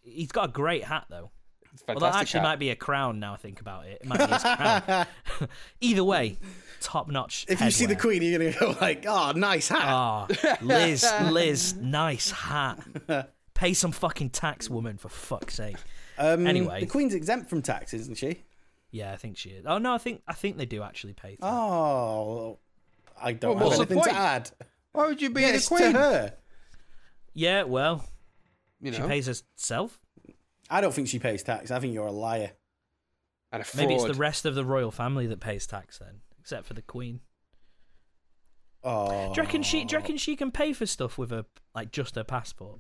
A: He's got a great hat, though.
B: It's
A: Well, that
B: fantastic.
A: actually
B: hat.
A: might be a crown now I think about it. It might be his crown. Either way, top notch.
C: If you see the Queen, you're gonna go like, "Oh, nice hat."
A: Ah, Liz, Liz, nice hat. Pay some fucking tax, woman, for fuck's sake.
C: um,
A: anyway.
C: the Queen's exempt from tax, isn't she?
A: Yeah, I think she is. Oh no, I think I think they do actually pay.
C: Ah.
A: Tax.
C: Oh, I don't
B: Well, what's
C: have
B: the
C: anything to
B: point?
C: add.
B: Why would you be
C: It's
B: the
C: to
B: queen?
C: her.
A: Yeah, well,
B: You
A: she
B: know,
A: pays herself.
C: I don't think she pays tax. I think you're a liar.
B: and a fraud.
A: Maybe it's the rest of the royal family that pays tax then, except for the queen.
C: Oh,
A: Do you reckon she? Do you reckon she can pay for stuff with her like just her passport?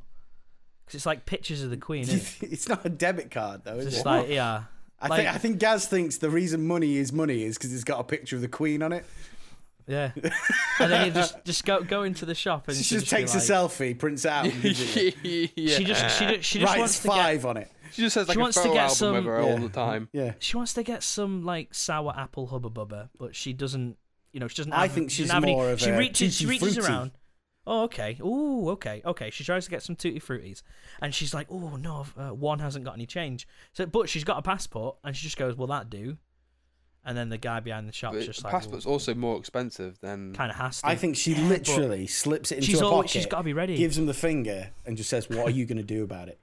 A: Because it's like pictures of the Queen. Isn't it?
C: it's not a debit card though. Is
A: It's
C: it?
A: just like yeah.
C: I
A: like,
C: think I think Gaz thinks the reason money is money is because it's got a picture of the Queen on it.
A: yeah. and then you just just go go into the shop and
C: She
A: she'll
C: just takes
A: be
C: a
A: like-
C: selfie, prints it out, and gives it you.
B: yeah.
A: She just she just, she just
C: writes
A: wants to get
C: five on it.
B: She just has like
A: She
B: a
A: wants to
B: photo
A: get
B: album
A: some-
B: of her all
C: Yeah.
B: the time.
C: Yeah,
A: she wants to get some like sour apple hubba bubba, but she doesn't. You know, she doesn't. Have,
C: I think she's
A: doesn't have
C: more
A: any,
C: of
A: She
C: a
A: reaches. She
C: tutti
A: reaches
C: frutti.
A: around. Oh, okay. Ooh, okay, okay. She tries to get some tutti fruities, and she's like, "Oh no, I've, uh, one hasn't got any change." So, but she's got a passport, and she just goes, "Will that do?" And then the guy behind the shop's
B: But
A: just
B: the
A: like,
B: passport's also more expensive than
A: kind of has to."
C: I think she
A: Yeah, but-
C: literally slips it into
A: She's
C: her
A: always-
C: pocket.
A: she's gotta be ready.
C: Gives him the finger and just says, "What are you going to do about it?"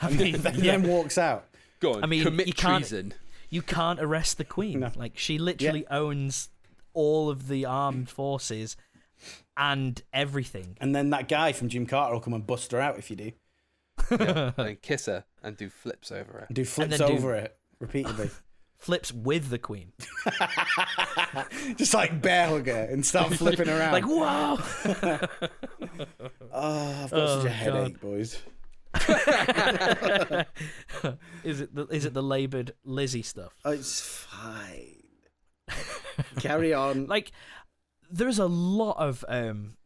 A: I mean,
C: And
A: yeah.
C: then walks out.
B: Go on,
A: I mean,
B: commit
A: you can't-
B: treason.
A: you can't arrest the queen.
C: No.
A: Like she literally owns all of the armed forces and everything.
C: And then that guy from Jim Carter will come and bust her out if you do.
B: Yeah, and then kiss her and do flips over her.
C: And do flips
A: then do-
C: over it repeatedly.
A: Flips with the queen.
C: just like bear hug her and start flipping around.
A: Like, wow.
C: oh, I've got such a headache, boys.
A: Is it the is it the laboured Lizzie stuff?
C: Oh, it's fine. Carry on.
A: Like, there's a lot of um,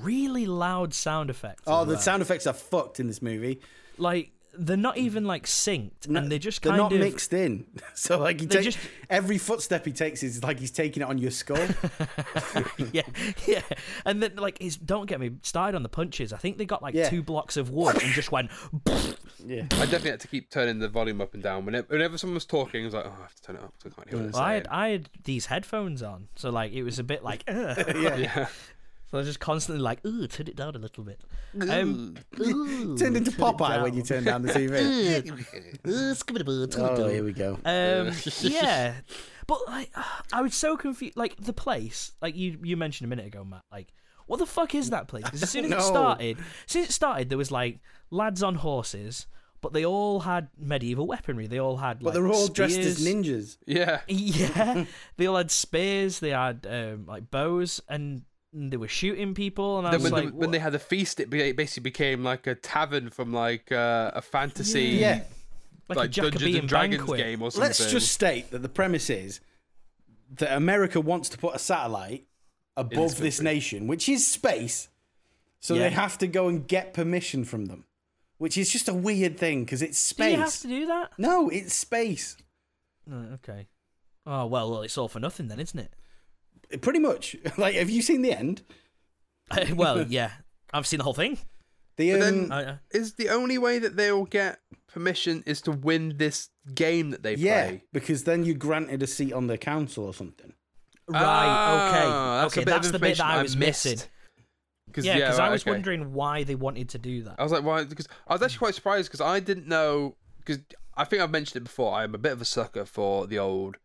A: really loud sound effects.
C: oh,
A: as
C: the
A: well.
C: sound effects are fucked in this movie.
A: like they're not even like synced, and they're just
C: they're
A: kind
C: not
A: of
C: mixed in. So like he
A: They
C: takes
A: just-
C: every footstep he takes is like he's taking it on your skull.
A: yeah, yeah. And then like, his, don't get me started on the punches. I think they got like
C: Yeah.
A: two blocks of wood and just went.
C: yeah.
B: I definitely had to keep turning the volume up and down. Whenever, whenever someone was talking, I was like, oh, I have to turn it up 'cause I can't hear what
A: Well, I
B: they're
A: had I had these headphones on, so like it was a bit like, "Ugh."
C: Yeah.
B: saying. Yeah.
A: so I was just constantly like, ooh, turn it down a little bit. Um, ooh,
C: Turned into
A: turn it
C: Popeye
A: down.
C: when you turn down the TV.
A: Ooh, skibidi-boo, turn it
C: oh,
A: down.
C: here we go.
A: Um, yeah, but like, I was so confused. Like the place, like you you mentioned a minute ago, Matt. Like, what the fuck is that place? 'Cause as soon as
C: don't
A: it
C: know.
A: started, as soon as it started, there was like lads on horses, but they all had medieval weaponry. They all had, like,
C: But they're all dressed as
A: spears.
C: ninjas.
B: yeah.
A: Yeah, they all had spears. They had um, like bows, and they were shooting people. And I
B: Then
A: was
B: when,
A: like,
B: the, when
A: "What?"
B: they had the feast, it be- basically became like a tavern from like uh, a fantasy,
C: Yeah.
A: like,
B: like
A: a
B: Dungeons
A: Jacobean
B: and Dragons
A: banquet.
B: game or something.
C: Let's just state that the premise is that America wants to put a satellite above
B: this
C: this
B: country.
C: nation, which is space. So
A: Yeah.
C: they have to go and get permission from them, which is just a weird thing because it's
A: Do you
C: space.
A: have to do that?
C: No, it's space.
A: No, okay. Oh well, well, it's all for nothing then, isn't it?
C: Pretty much. Like, have you seen the end?
A: Uh, well, yeah. I've seen the whole thing.
C: The um,
B: But then-
A: I, uh,
B: is the only way that they'll get permission is to win this game that they
C: yeah,
B: play.
C: because then you're granted a seat on the council or something.
A: right.
B: Ah,
A: okay.
B: a
A: Okay.
B: bit of
A: That's the bit that
B: information
A: I was
B: missed.
A: missing.
B: 'Cause-
A: Yeah, because
B: right,
A: I was
B: okay. Um,
A: wondering why they wanted to do that.
B: I was like, why? Because I was actually quite surprised because I didn't know. Because I think I've mentioned it before. I'm a bit of a sucker for the old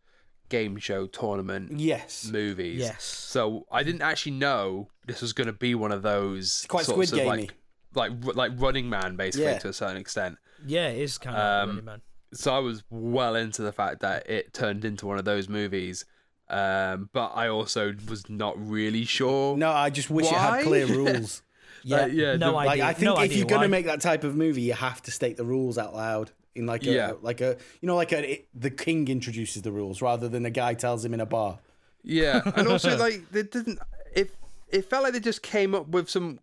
B: game show tournament
C: Yes.
B: movies.
A: Yes.
B: So I didn't actually know this was going to be one of those
C: quite
B: sorts
C: Squid
B: of
C: Gamey.
B: like, like ru- like Running Man basically
C: Yeah.
B: to a certain extent.
A: Yeah, it is kind of
B: Um,
A: really, man.
B: So I was well into the fact that it turned into one of those movies. Um, but I also was not really sure.
C: No, I just wish it had
B: Why?
C: clear rules.
A: Yeah.
B: yeah,
A: no
B: the-
A: idea.
C: like I think
A: no
C: if
A: idea
C: you're going
A: why.
C: to make that type of movie, you have to state the rules out loud in like a,
B: Yeah.
C: like a you know like a it, the king introduces the rules rather than a guy tells him in a bar.
B: Yeah, and also like they didn't. It it felt like they just came up with some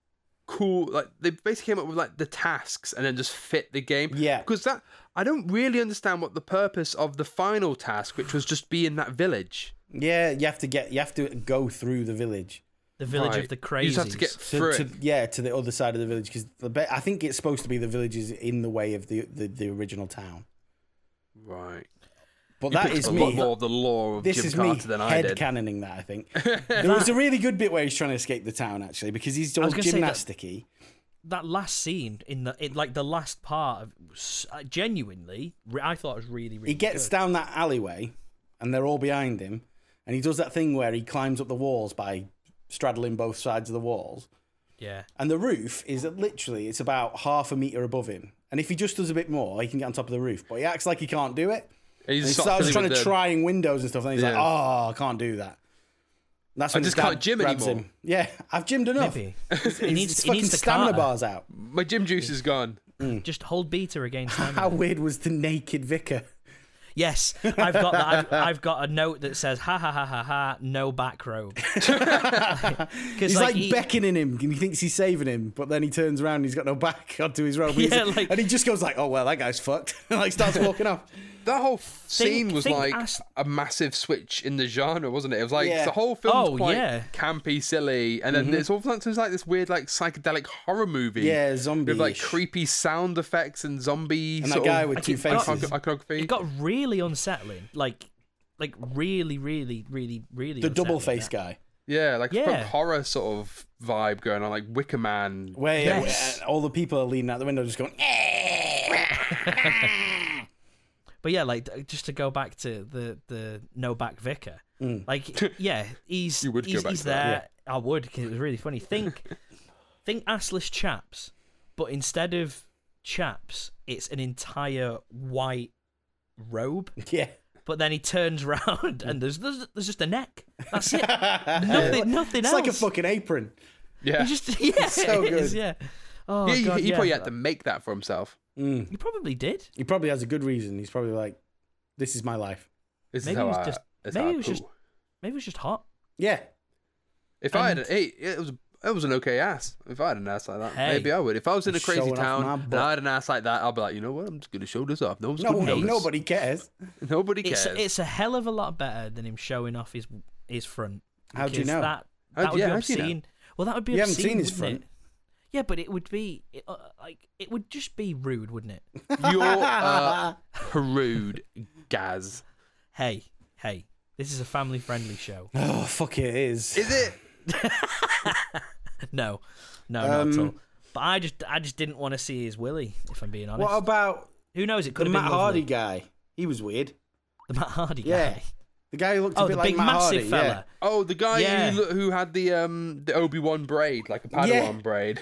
B: cool like they basically came up with like the tasks and then just fit the game.
C: Yeah.
B: because that I don't really understand what the purpose of the final task, which was just be in that village.
C: Yeah, you have to get you have to go through the village.
A: the village
B: Right.
A: of the crazies.
B: You just have to get through
C: To, to,
B: it.
C: yeah, to the other side of the village because the be- I think it's supposed to be the village is in the way of the the, the original town.
B: Right,
C: But that
B: It's
C: is
B: a
C: me.
B: lot more of the lore of
C: this
B: Jim
C: is me
B: Carter than I
C: head
B: did.
C: cannoning that I think there was a really good bit where he's trying to escape the town actually because he's all
A: was gonna say that-
C: gymnasticky.
A: that last scene in the in, like the last part of s- uh, genuinely, re- I thought it was really really.
C: He gets
A: good.
C: down that alleyway, and they're all behind him, and he does that thing where he climbs up the walls by straddling both sides of the walls,
A: Yeah.
C: and the roof is literally it's about half a meter above him, and if he just does a bit more, he can get on top of the roof, but he acts like he can't do it.
B: And
C: And he
B: just
C: starts
B: filling
C: trying
B: with
C: to
B: the-
C: trying windows and stuff, and he's like,
B: Yeah.
C: "Oh, I can't do that." And That's
B: I
C: when his
B: just can't
C: dad
B: gym
C: grabs
B: anymore.
C: Him. Yeah, I've gymmed enough.
A: Maybe.
C: His,
A: He needs-
C: his- his
A: he needs
C: fucking
A: the
C: stamina
A: Carter.
C: bars out.
B: My gym juice is gone.
A: Just hold beta against them.
C: How weird was the naked vicar?
A: Yes, I've got that. I've, I've got a note that says, ha ha ha ha ha, no back robe. Because
C: He's like,
A: he-
C: beckoning him, and he thinks he's saving him, but then he turns around and he's got no back onto his robe,
A: Yeah,
C: He's-
A: like-
C: and he just goes like, "Oh well, that guy's fucked," and like starts walking off.
B: That whole f- scene was
A: think
B: like
A: as-
B: a massive switch in the genre, wasn't it? It was like
C: Yeah.
B: the whole film
A: Oh,
B: quite
A: yeah. Mm-hmm.
B: campy, silly, and then it's all it's like this weird, like psychedelic horror movie.
C: Yeah,
B: with like
C: zombie-ish.
B: creepy sound effects and zombie.
C: And that
B: sort
C: guy
B: of
C: with two
A: keep- I-
C: faces.
B: icono- iconography.
A: it got really unsettling. Like, like really, really, really, really.
C: The double face guy,
B: yeah, like
A: Yeah.
B: a horror sort of vibe going on, like Wicker Man.
C: where
A: Yes.
C: where all the people are leaning out the window, just going, "Eh."
A: But yeah, like th- just to go back to the the no back vicar. Like, yeah, he's
B: Mm. You would go
A: he's,
B: back
A: he's
B: to that.
A: there. I would because it was really funny. Think, think assless chaps, but instead of chaps, it's an entire white robe.
C: "Yeah."
A: But then he turns round and there's there's, there's just a neck. That's it. nothing, nothing
C: It's
A: else.
C: like a fucking apron.
B: Yeah,
A: He just yeah,
C: so
A: it is,
C: good.
A: yeah. Oh,
B: yeah, he,
A: God,
B: he
A: yeah.
B: probably had to make that for himself.
A: He probably did.
C: Mm. He probably has a good reason. He's probably like, "This is my life."
B: This
A: Maybe
B: is how
A: it was
B: I-
A: just-
B: this is
A: maybe
B: how I
A: it was just-
B: cool.
A: Maybe it was just hot.
C: Yeah,
B: If I had an eight, it was it was an okay ass. If I had an ass like that,
A: Hey.
B: maybe I would. If I was in a
C: Just
B: crazy
C: showing off my
B: town and
C: butt.
B: I had an ass like that, I'd be like, you know what? I'm just gonna show this off. No one's
C: no,
B: gonna
C: no
B: notice.
C: nobody cares.
B: nobody
A: It's
B: cares.
A: a, it's a hell of a lot better than him showing off his his front.
C: How do you
A: because
C: know?
A: That
B: How
A: that
B: do-
A: would
B: yeah,
A: be
B: how do you know?
A: obscene. Well, that would be
C: You haven't
A: obscene.
C: seen his
A: wouldn't It?
C: front.
A: Yeah, but it would be it, uh, like it would just be rude, wouldn't it?
B: You're uh, rude, Gaz.
A: hey, hey, this is a family friendly show.
C: Oh fuck, it is.
B: Is it?
A: no, no, not
C: Um,
A: at all. But I just I just didn't want to see his willy. If I'm being honest,
C: What about
A: who knows? It
C: the
A: could have been
C: Matt Hardy
A: lovely.
C: guy? He was weird.
A: The Matt Hardy
C: Yeah.
A: guy.
C: The guy who looked a
A: Oh,
C: bit
A: the
C: like
A: big
C: Matt
A: massive
C: Hardy,
A: fella.
C: yeah.
B: Oh, the guy
A: Yeah.
B: who, who had the um the Obi Wan braid, like a Padawan
C: Yeah.
B: braid.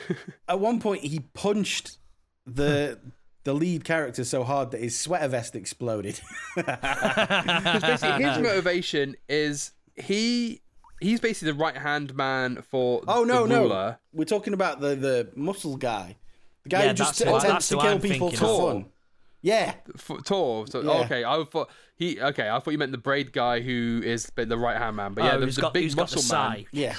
C: At one point, he punched the the lead character so hard that his sweater vest exploded.
B: basically, his motivation is he he's basically the right hand man for
C: Oh no,
B: the
C: no,
B: ruler.
C: we're talking about the the muscle guy, the guy
A: Yeah,
C: who just
A: that's who I- that's
C: attempts to
A: who
C: kill
A: I'm
C: people for
A: thinking
B: of.
C: fun. Yeah,
B: F- Tor. So
C: Yeah.
B: okay, I thought he okay. I thought you meant the braid guy who is the the right hand man. But yeah,
A: oh,
B: the,
A: who's
B: the
A: got,
B: big
A: who's got the
B: muscle man.
A: sigh?
C: yeah.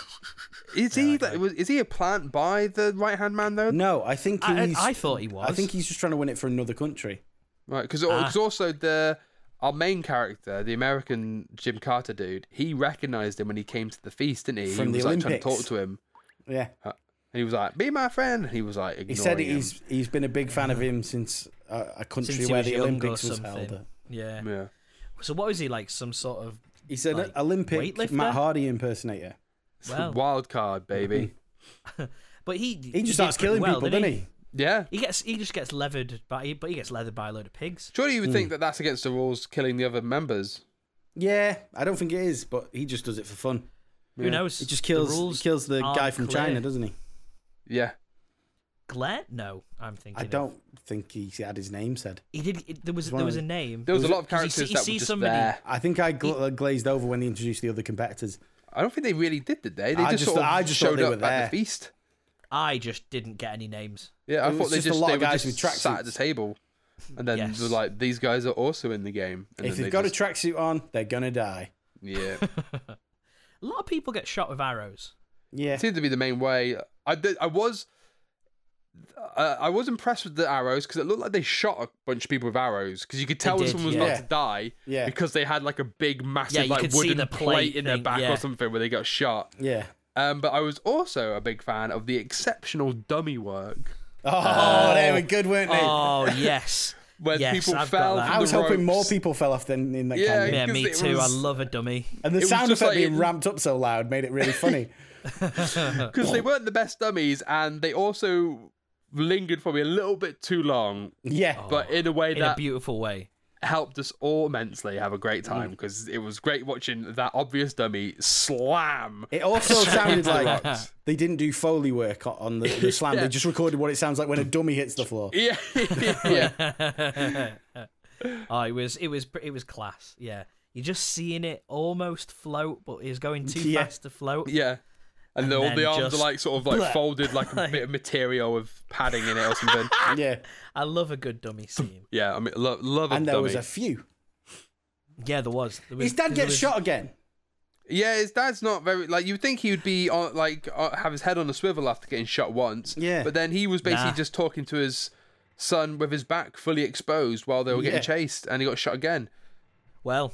B: Is he like, was, is he a plant by the right hand man though?
C: No, I think
A: I- I-
C: he's.
A: I thought he was.
C: I think he's just trying to win it for another country.
B: Right, because
C: Ah.
B: also the our main character, the American Jim Carter dude, he recognized him when he came to the feast, didn't he?
C: From
B: he
C: the
B: was like trying to
C: Olympics.
B: talk to him,
C: Yeah,
B: Uh, and he was like, "Be my friend." And he was like,
C: he
B: ignoring
C: said
B: him.
C: he's he's been a big fan of him since uh, a country
A: Since he
C: where
A: was
C: the
A: young or
C: Olympics was
A: something.
C: held.
A: Yeah.
B: yeah.
A: So what was he like? Some sort of
C: He's an
A: Like,
C: Olympic
A: weightlifter?
C: Matt Hardy impersonator.
B: It's the
A: well,
B: wild card, baby.
C: Mm-hmm.
A: but he
C: He just
A: did
C: starts
A: pretty
C: killing
A: well,
C: people,
A: didn't
C: doesn't he?
B: Yeah.
A: He gets he just gets leathered by but he gets leathered by a load of pigs.
B: Surely
C: Mm.
B: you would think that that's against the rules, killing the other members.
C: Yeah, I don't think it is, but he just does it for fun.
A: Who knows?
C: He just kills
A: the rules
C: he kills the guy
A: aren't
C: from
A: clear.
C: China, doesn't he?
B: Yeah.
A: Glenn? No, I'm thinking.
C: I
A: of-
C: don't think he had his name said.
A: He did. It, there was
C: one
A: there
C: of
A: was
C: the-
A: a name.
B: There was, a lot of
A: 'cause
B: characters
A: he see- he
B: that
A: see
B: were just
A: somebody-
B: there.
C: I think I gla- glazed over when he introduced the other competitors.
B: I don't think they really did, did they? They
C: I
B: just,
C: just-
B: sort of
C: I just thought
B: showed
C: they
B: up
C: were
B: at
C: there.
B: the feast.
A: I just didn't get any names.
B: Yeah, I
C: It was
B: thought they
C: just
B: just,
C: a lot
B: they
C: of
B: were
C: guys
B: just
C: with tracksuits.
B: sat at the table, and then
A: Yes.
B: were like, "These guys are also in the game." And then
C: If they've
B: they
C: got
B: just,
C: a tracksuit on, they're gonna die.
B: yeah,
A: A lot of people get shot with arrows.
C: Yeah,
B: it seemed to be the main way. I did, I was. Uh, I was impressed with the arrows because it looked like they shot a bunch of people with arrows because you could tell when
A: did,
B: someone was
A: yeah.
B: about to die
C: Yeah.
B: because they had like a big
A: Yeah,
B: massive
A: you
B: like
A: could see
B: wooden
A: the
B: plate,
A: plate
B: in their
A: thing,
B: back
A: yeah.
B: or something where they got shot.
C: yeah.
B: Um, but I was also a big fan of the exceptional dummy work
C: Oh, they were good, weren't they?
A: Oh yes.
B: When
A: yes,
B: people
A: I've
B: fell
A: got
C: I
A: that.
B: from
C: was
B: the
C: hoping more
B: ropes.
C: people fell off than in that
B: Yeah,
C: canyon.
A: Yeah, me
B: because it
A: too. I
B: was-
A: love a dummy.
C: And the
B: was
C: sound
B: just
C: effect
B: like
C: being
B: in-
C: ramped up so loud made it really funny.
B: because they weren't the best dummies and they also lingered for me a little bit too long,
C: yeah.
B: but in a way
A: In a
B: that
A: beautiful way.
B: helped us all immensely have a great time because it was great watching that obvious dummy slam.
C: It also sounded like
B: rocks.
C: they didn't do foley work o- on the, the slam. They just recorded what it sounds like when a dummy hits the floor.
B: Yeah, yeah.
A: Oh, it was it was pr- it was class. Yeah, You're just seeing it almost float, but it's going too
C: Yeah.
A: fast to float.
B: Yeah.
A: And
B: And, the, all
A: then
B: the arms are
A: just
B: like sort of like
A: bleh.
B: folded like a bit of material with padding in it or something.
C: Yeah.
A: I love a good dummy scene.
B: yeah, I mean, lo- love
C: And
B: a
C: there
B: dummy.
C: was a few.
A: Yeah, there was. There was
C: His dad
A: there
C: gets
A: was-
C: shot again.
B: Yeah, his dad's not very like you'd think he would be on like uh, have his head on a swivel after getting shot once.
C: Yeah.
B: but then he was basically
A: Nah.
B: just talking to his son with his back fully exposed while they were getting
C: Yeah.
B: chased, and he got shot again.
A: Well,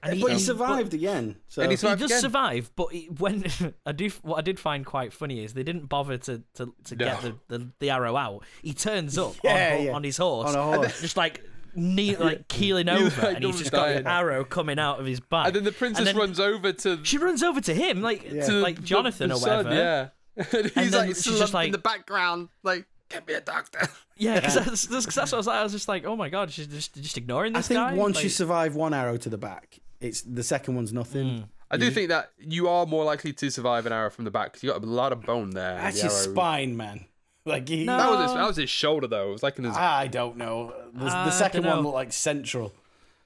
A: and
C: but he survived again. So
B: And he
A: He
B: survived
A: does
B: again.
A: survive, but he, when I do, what I did find quite funny is they didn't bother to to, to get the,
B: No.
A: the, the arrow out. He turns up
C: Yeah,
A: on, ho-
C: yeah.
A: on his horse,
C: On a
A: and
C: horse.
A: just like knee, like keeling
B: He
A: over,
B: was like,
A: and he's
B: "Don't
A: just got an
B: die."
A: arrow coming out of his back.
B: And then the princess
A: then
B: runs over to,
A: She runs over to him, like
B: to
A: to, like
B: the-
A: Jonathan
B: the
A: or
B: son,
A: whatever.
B: yeah, and he's
A: then
B: like
A: she's
B: slumped
A: just like-
B: in the background, like get me a doctor.
A: Yeah, because that's, that's, 'cause that's what I was like. I was just like, oh my god, she's just just ignoring
C: I
A: this
C: think
A: guy.
C: once you
A: Like,
C: survive one arrow to the back, it's the second one's nothing.
A: Hmm.
B: I do think that you are more likely to survive an arrow from the back because you got a lot of bone there.
C: That's
B: the
C: his
B: arrow-
C: spine, man. Like he,
A: No.
B: That was his, that was his shoulder though. It was like in his.
C: I don't know. The,
A: I
C: the second
A: dunno.
C: one looked like central.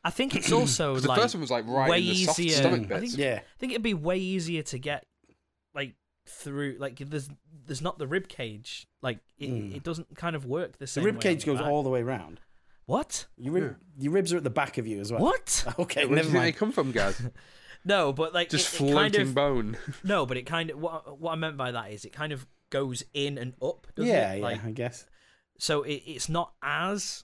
A: I think it's also
B: the
A: like
B: first one was like right
A: way
B: in the soft
A: easier.
B: stomach
A: I think
B: bits.
C: Hmm. Yeah.
A: I think it'd be way easier to get like through like there's there's not the rib cage like it, it doesn't kind of work the
C: Hmm. The
A: same.
C: rib
A: way
C: cage
A: on
C: goes
A: the back.
C: all the way round.
A: What?
C: Your, rib, your ribs are at the back of you as well.
A: What?
C: Okay,
B: Where do
C: never
B: you think they
C: mind.
B: come from, Gaz?
A: No, but like
B: Just
A: it, it
B: floating
A: kind of,
B: bone.
A: No, but it kind of what what I meant by that is it kind of goes in and up. Doesn't
C: Yeah,
A: it?
C: yeah,
A: Like,
C: I guess.
A: so it, it's not as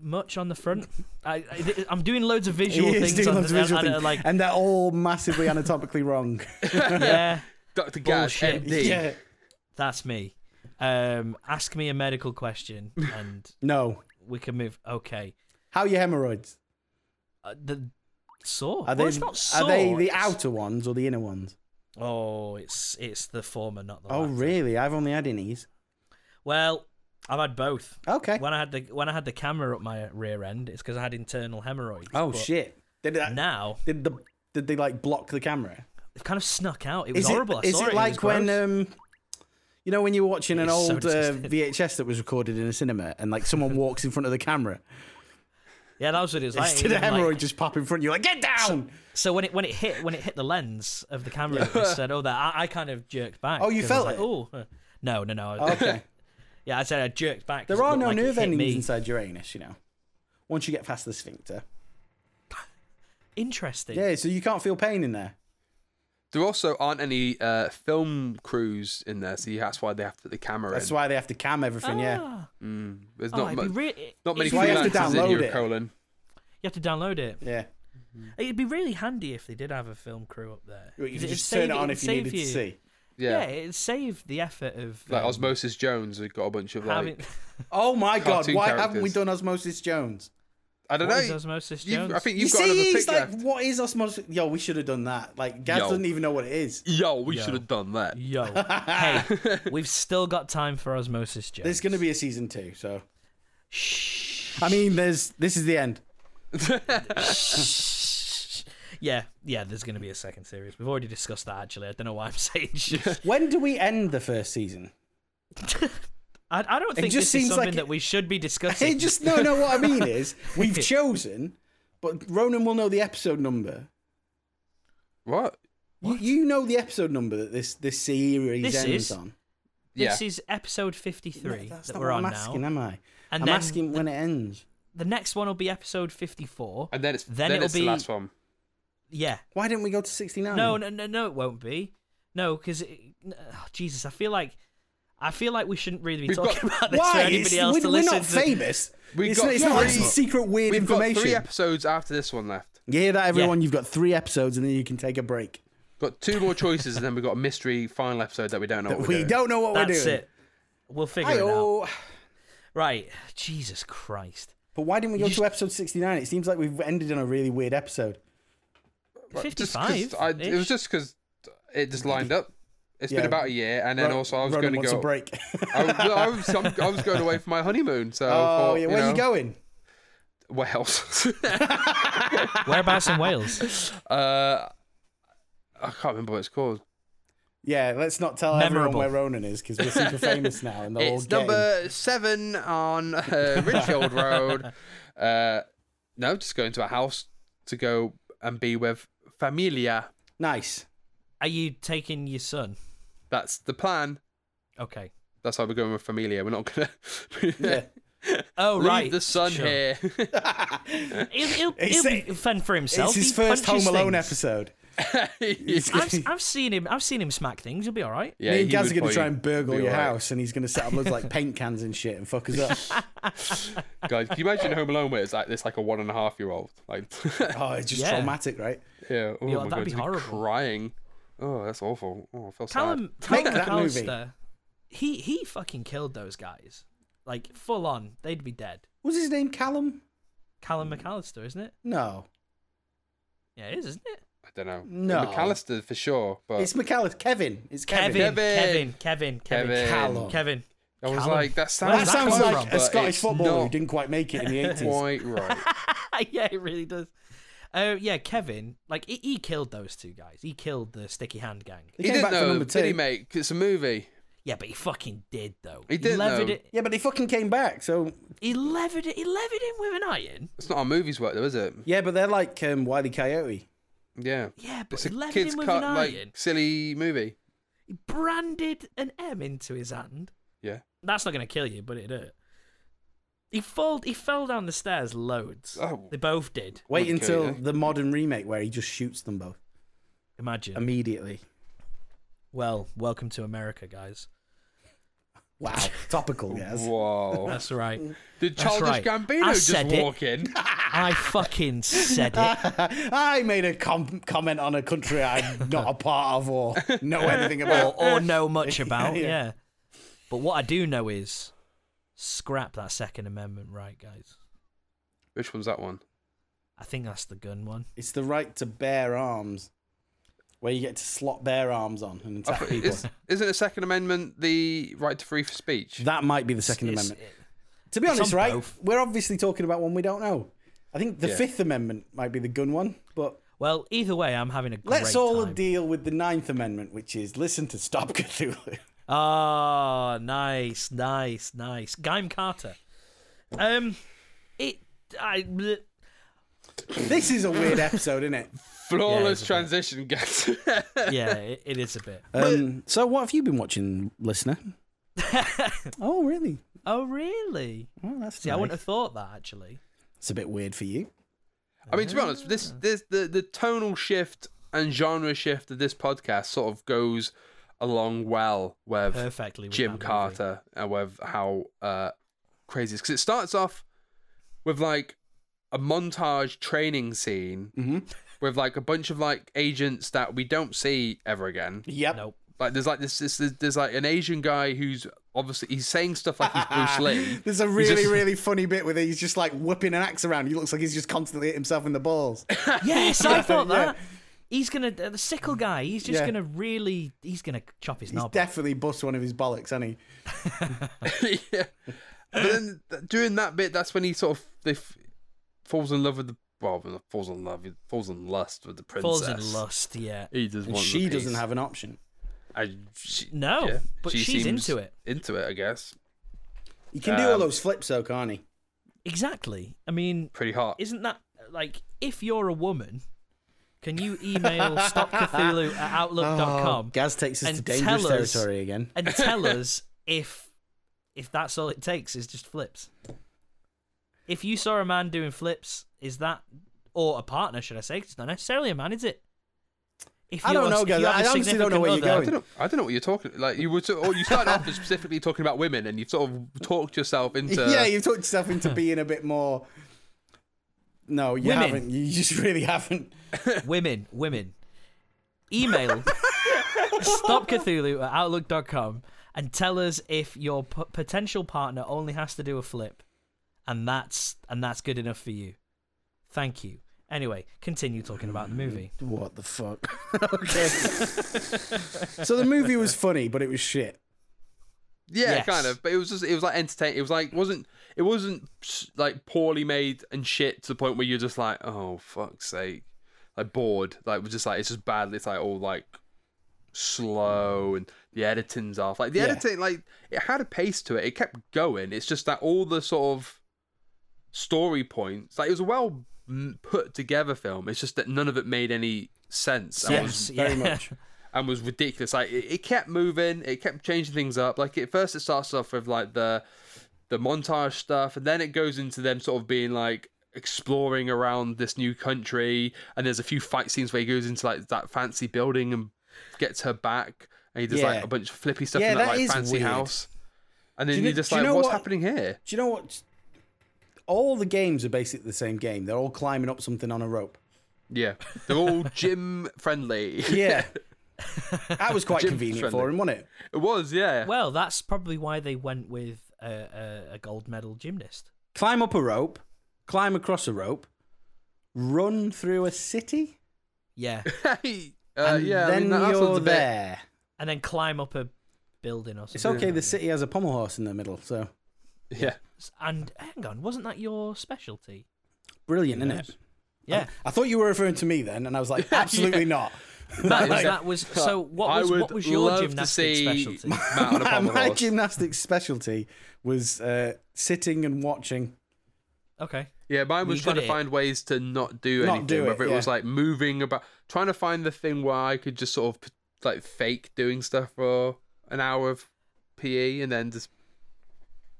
A: much on the front. I, I I'm doing loads of visual
C: He is
A: things
C: doing
A: on
C: loads
A: the
C: of visual
A: and, uh,
C: things.
A: like
C: and they're all massively anatomically wrong.
A: yeah,
B: Dr. Gaz,
A: Bullshit.
B: MD.
C: yeah.
A: that's me. Um, ask me a medical question and
C: No.
A: we can move. Okay.
C: How are your hemorrhoids?
A: Uh, the sore.
C: Are they,
A: well, it's not sore.
C: are they the
A: it's-
C: outer ones or the inner ones?
A: Oh, it's it's the former, not the
C: Oh,
A: latter.
C: really? I've only had innies.
A: Well, I've had both.
C: Okay.
A: When I had the when I had the camera up my rear end, it's because I had internal hemorrhoids.
C: Oh,
A: but
C: shit. Did, that,
A: Now
C: did, the, did they, like, block the camera?
A: they've kind of snuck out. It was
C: Is
A: horrible.
C: It,
A: I
C: is
A: saw
C: it
A: it,
C: like
A: was
C: when
A: gross.
C: um, you know when you were watching an
A: It's so
C: old uh,
A: disgusting.
C: VHS that was recorded in a cinema and like someone walks in front of the camera,
A: yeah, that was what it was like. It
C: instead of
A: was like-
C: hemorrhoid just pop in front of you, like get down.
A: so when it when it hit when it hit the lens of the camera, it said, "Oh, that." I, I kind of jerked back.
C: Oh, you
A: 'cause I was
C: felt
A: like, Oh, no, no, no.
C: okay,
A: Yeah, I said I jerked back. 'cause
C: there
A: it
C: are
A: looked
C: no
A: like it
C: nerve
A: hit
C: endings
A: me.
C: inside your anus, you know. Once you get past the sphincter,
A: Interesting.
C: yeah, so you can't feel pain in there.
B: There also aren't any uh, film crews in there, so that's why they have to put the camera
C: That's
B: in.
C: why they have to cam everything. Yeah,
A: Ah.
B: There's
A: Oh,
B: not,
A: it'd be
B: mu-
A: re-
B: not many
A: it'd be
C: why you have
B: freelancers
C: to
B: in
C: download
B: your
C: it.
B: colon.
A: You have to download it.
C: yeah.
A: It'd be really handy if they did have a film crew up there.
C: You
A: It'd
C: could just
A: save-
C: turn it on
A: it'd
C: if you
A: save
C: needed to see.
B: Yeah.
A: Yeah, it'd save the effort of
B: Like
A: um,
B: Osmosis Jones, we've got a bunch of like.
A: having.
C: Oh my god,
B: Cartoon
C: why haven't we
B: characters.
C: done Osmosis Jones?
B: I don't
A: What
B: know.
A: is Osmosis
B: You've- I
A: Jones?
B: think
C: You
B: you've got another
C: see,
B: pick
C: he's like,
B: left.
C: what is Osmosis? Yo, we should have done that. Like, Gaz
B: Yo.
C: doesn't even know what it is.
B: Yo, we
A: Yo.
B: should have done that.
A: Yo, hey, we've still got time for Osmosis Jones.
C: There's going to be a season two, so.
A: Shh.
C: I mean, there's this is the end.
A: Yeah, yeah. There's going to be a second series. We've already discussed that. Actually, I don't know why I'm saying shit.
C: When do we end the first season?
A: I, I don't think
C: just
A: this is
C: seems like
A: something
C: it-
A: that we should be discussing.
C: It just no, no. What I mean is, we've chosen, but Ronan will know the episode number.
B: What?
C: You, you know the episode number that this this series
A: This
C: ends
A: is-
C: on.
B: Yeah.
A: This is episode 53
C: That's
A: that
C: not
A: we're
C: what
A: on
C: I'm asking,
A: now.
C: am I?
A: And
C: I'm
A: then
C: asking when it ends.
A: The next one will be episode 54.
B: And then it's
A: Then
B: then,
A: it'll
B: it's
A: be-
B: the last one.
A: Yeah.
C: Why didn't we go to sixty nine?
A: No, no, no, no, it won't be. No, because oh, Jesus, I feel like I feel like we shouldn't really be
B: We've
A: talking
B: got-
A: about this for
C: Why?
A: anybody
C: It's-
A: else
C: we're,
A: to
C: we're
A: listen
C: not
A: to.
C: famous.
B: We've
C: it's
B: got
C: not, it's not like
B: three-
C: some secret weird
B: We've got
C: information.
B: three episodes after this one left.
C: you hear that, everyone?
A: Yeah.
C: You've got three episodes, and then you can take a break.
B: Got two more choices, and then we've got a mystery final episode that we don't know.
C: That
B: what
C: we
B: we're doing.
C: don't know what
A: That's
C: we're doing.
A: it. We'll figure it out.
C: Hi-oh.
A: Right. Jesus Christ.
C: But why didn't we go
A: just-
C: to episode 69? It seems like we've ended on a really weird episode.
B: Right, just
A: 55.
B: 'cause I, it was just because it just lined up. It's
C: Yeah.
B: been about a year, and then
C: Ro-
B: also I was
C: Ronan
B: going to
C: wants
B: go.
C: a break.
B: I, was- I was, I'm- i was going away for my honeymoon, so I
C: oh,
B: thought,
C: yeah.
B: you
C: Where are
B: know,
C: you going?
B: Wales.
A: Whereabouts in Wales?
B: uh, I can't remember what it's called.
C: Yeah, let's not tell
A: Memorable.
C: everyone where Ronan is because we're super famous now. And they'll all
B: it's
C: get him.
B: number seven on uh, Ridgefield Road. Uh, no, just going to a house to go and be with familia.
C: Nice.
A: Are you taking your son?
B: That's the plan.
A: Okay.
B: That's why we're going with familia. We're not gonna
C: Yeah.
A: Oh
B: leave
A: right.
B: the son
A: sure.
B: here.
A: He'll, he'll,
C: It's-
A: he'll be fend for himself.
C: It's his
A: He
C: first Home
A: punches
C: Alone
A: things.
C: episode.
A: I've, I've seen him. I've seen him smack things. He'll be all right.
B: yeah,
C: Me
B: he
C: and Gaz
B: would
C: are going
B: probably
C: to try and burgle
B: be
C: your
B: all right.
C: house, and he's going to set up loads of, like paint cans and shit and fuck us up.
B: Guys, can you imagine Home Alone where it's like this, like a one and a half year old? Like,
C: Oh, it's just
A: Yeah.
C: traumatic, right?
B: yeah, oh
A: Yeah,
B: my
A: that'd
B: God,
A: be
B: he's
A: horrible.
B: Crying. Oh, that's awful. Oh, I feel sad.
A: Callum,
C: Make
A: Callum
C: that movie.
A: McAllister. He he fucking killed those guys. Like full on, they'd be dead.
C: Was his name Callum?
A: Callum
B: Hmm.
A: McAllister, isn't it?
C: No,
A: Yeah, it is, isn't it?
B: I don't know.
C: No.
B: McAllister for sure, but
C: it's McAllister. Kevin. It's Kevin.
A: Kevin, Kevin,
B: Kevin.
A: Kevin, Kevin,
B: Kevin.
C: Callum.
A: Kevin.
B: I was
A: Callum.
B: like, that
A: Where
C: That
A: does
B: sounds
C: sounds
A: come
C: like
A: from?
C: a
B: But
C: Scottish
B: it's
C: footballer who
B: not
C: didn't quite make it in the eighties.
B: quite right.
A: yeah, it really does. Oh yeah, Kevin. Like he, he killed those two guys. He killed the Sticky Hand gang.
B: he
C: He came
B: didn't
C: back for
B: know,
C: number
B: did he,
C: two.
B: mate? 'Cause It's a movie.
A: Yeah, but he fucking did though.
B: He did,
A: levered
B: though.
A: it.
C: Yeah, but he fucking came back. So
A: He levered it. He levered him with an iron.
B: It's not a movie's work, though, is it?
C: yeah, but they're like um, Wiley Coyote.
B: Yeah.
A: Yeah, but
B: It's
A: he
B: a
A: levered
B: kids'
A: him with
B: cut,
A: an iron.
B: like silly movie.
A: He branded an M into his hand.
B: Yeah.
A: That's not gonna kill you, but it hurt. He fell. He fell down the stairs loads.
B: Oh.
A: They both did.
C: Wait
B: Wiley
C: until
B: Coyote.
C: the modern remake where he just shoots them both
A: Imagine.
C: immediately.
A: well, welcome to America, guys.
C: Wow, topical. Yes.
B: Whoa!
A: That's right.
B: Did
A: That's
B: Childish
A: right.
B: Gambino
A: I
B: just
A: said it.
B: walk in?
A: I fucking said it.
C: I made a com- comment on a country I'm not a part of or know anything
A: or,
C: about.
A: or know much about.
C: yeah.
A: yeah. But what I do know is scrap that Second Amendment right, guys.
B: Which one's that one?
A: I think that's the gun one.
C: It's the right to bear arms, where you get to slot bear arms on and
B: I
C: attack
B: thought-
C: people.
B: is, isn't the Second Amendment the right to free speech?
C: That might be the Second
A: It's-
C: Amendment. To be
A: it's
C: honest,
A: on
C: right?
A: both.
C: We're obviously talking about one we don't know. I think the
B: Yeah.
C: Fifth Amendment might be the gun one, but
A: well, either way, I'm having a great
C: let's all
A: time.
C: deal with the Ninth Amendment, which is listen to Stop Cthulhu.
A: Ah, nice, nice, nice. Gaim Carter. Um, it. I. bleh.
C: this is a weird episode, isn't it?
B: Flawless
A: Yeah,
B: transition, guys.
A: Yeah, it, it is a bit.
C: Um, so, what have you been watching, listener? oh, really?
A: Oh, really?
C: Oh, that's
A: See, I
C: nice.
A: wouldn't have thought that actually.
C: It's a bit weird for you.
B: I mean, to be honest,
A: Ah.
B: this this the the tonal shift and genre shift of this podcast sort of goes along well with
A: Perfectly. with that
B: Jim
A: movie.
B: Carter and with how uh, crazy because it starts off with like a montage training scene
A: Mm-hmm.
B: with like a bunch of like agents that we don't see ever again.
C: Yep.
A: Nope.
B: Like there's like this, this there's, there's like an Asian guy who's obviously he's saying stuff like he's Bruce Lee.
C: There's a
B: He's
C: really,
B: just-
C: really funny bit where he's just like whipping an axe around. He looks like he's just constantly hit himself in the balls.
A: Yes,
C: Yeah,
A: I thought
C: yeah. Mm.
A: that. He's gonna uh, the sickle guy. He's just
C: Yeah.
A: gonna really. He's gonna chop his
C: He's
A: knob. off.
C: definitely bust one of his bollocks, hasn't he?
B: yeah. But then th- during that bit, that's when he sort of they f- falls in love with the well, not falls in love, he falls in lust with the princess.
A: Falls in lust. Yeah.
B: He just
C: And
B: wants
C: she
B: a piece.
C: doesn't have an option.
B: I, she,
A: No, but she's
B: seems
A: into it.
B: Into it, I guess.
C: He can do all
B: Um,
C: those flips, though, can't he?
A: Exactly. I mean,
B: Pretty hot.
A: isn't that like if you're a woman, can you email stopcthulhu at
C: Oh,
A: outlook.com
C: Gaz takes us
A: and
C: to dangerous
A: tell us-
C: territory again.
A: and tell us if if that's all it takes is just flips. If you saw a man doing flips, is that or a partner, should I say? 'cause it's not necessarily a man, is it? If
C: I don't
A: you're-
C: know,
A: if
C: guys.
A: you have
C: I
A: a
C: honestly don't know
A: significant
C: where you're
A: other-
B: I don't know. I don't know what you're talking. Like you were, to, or you started off as specifically talking about women, and you sort of talked yourself into.
C: yeah, you've talked yourself into being a bit more. No, you
A: Women.
C: haven't. You just really haven't.
A: women, women, email stopcthulhu at outlook.com and tell us if your p- potential partner only has to do a flip and that's and that's good enough for you. Thank you. Anyway, continue talking about the movie.
C: What the fuck? okay. so the movie was funny, but it was shit.
B: yeah,
A: Yes.
B: kind of. But it was just, it was like entertaining. It was like wasn't it wasn't like poorly made and shit to the point where you're just like, oh fuck's sake, like bored. Like we're just like it's just bad. It's like all like slow and the editing's off. Like the
C: Yeah.
B: editing, like it had a pace to it. It kept going. It's just that all the sort of story points, like it was well m- put together film. It's just that none of it made any sense. And was
A: Yes,
C: very
A: yeah.
C: much.
B: and was ridiculous. Like it, it kept moving, it kept changing things up. Like at first it starts off with like the the montage stuff, and then it goes into them sort of being like exploring around this new country. And there's a few fight scenes where he goes into like that fancy building and gets her back, and he does
C: Yeah.
B: like a bunch of flippy stuff
C: Yeah,
B: in that,
C: that
B: like
C: is
B: fancy
C: weird.
B: house. And then
C: you
B: you're
C: kn-
B: just
C: do you
B: like,
C: know
B: what's
C: what-
B: happening here?
C: Do you know what? All the games are basically the same game. They're all climbing up something on a rope.
B: Yeah, they're all gym friendly.
C: Yeah. that was quite
B: Gym
C: convenient for
B: friendly.
C: him, wasn't it?
B: it was. Yeah,
A: Well, that's probably why they went with a, a, a gold medal gymnast.
C: Climb up a rope, climb across a rope, run through a city,
A: Yeah,
B: uh,
C: and
B: yeah. I
C: then
B: mean, that, that sounds
C: you're
B: a bit.
C: there.
A: and then climb up a building or
C: It's
A: something.
C: okay. The city has a pommel horse in the middle, so
B: Yeah.
A: And hang on, wasn't that your specialty?
C: brilliant, isn't it?
A: Yeah,
C: I thought you were referring to me then, and I was like, absolutely not.
A: that, was, that was. So
B: I
A: what was
B: would
A: what was your
B: love to
A: gymnastics
B: see
A: specialty?
B: Matt on a
C: my,
B: pommel
C: my
B: horse.
C: gymnastics specialty was uh, sitting and watching.
A: Okay,
B: Yeah, mine was
A: You
B: trying
A: got
B: to
A: it.
B: find ways to not do
C: Not
B: anything.
C: do it,
B: whether it was
C: yeah.
B: like moving about, trying to find the thing where I could just sort of like fake doing stuff for an hour of PE and then just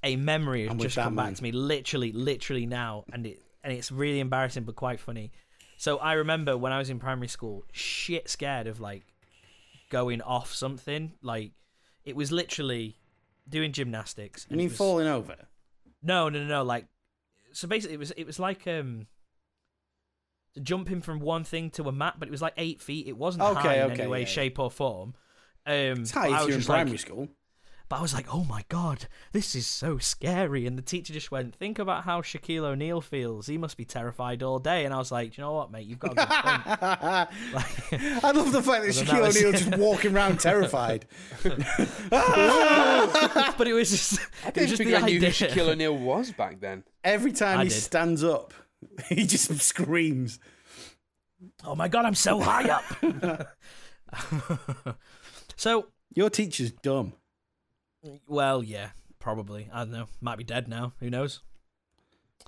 A: a memory has
C: I'm with
A: just
C: that
A: come
C: man.
A: back to me, literally, literally now, and it and it's really embarrassing but quite funny. So I remember when I was in primary school, shit scared of like going off something. Like it was literally doing gymnastics.
C: I
A: and it
C: mean,
A: was-
C: falling over.
A: No, no, no, no. Like, so basically, it was it was like um, jumping from one thing to a mat, but it was like eight feet. It wasn't
C: Okay,
A: high in
C: okay,
A: any way,
C: yeah, yeah.
A: shape, or form. Um,
C: It's
A: but I
C: high if
A: was
C: you're in
A: just like-
C: primary school.
A: but I was like, oh my god, this is so scary. And the teacher just went, think about how Shaquille O'Neal feels. He must be terrified all day. And I was like, "Do you know what, mate, you've got a good point. Like,
C: I love the fact that
A: then
C: Shaquille
A: that was-
C: O'Neal just walking around terrified.
A: but it was just, it was
B: didn't
A: just
B: think
A: the
B: I knew who
A: idea.
B: Shaquille O'Neal was back then.
C: Every time
A: I
C: he
A: did.
C: stands up, he just screams.
A: Oh my god, I'm so high up. so,
C: Your teacher's dumb.
A: well, yeah, probably. I don't know. Might be dead now. Who knows?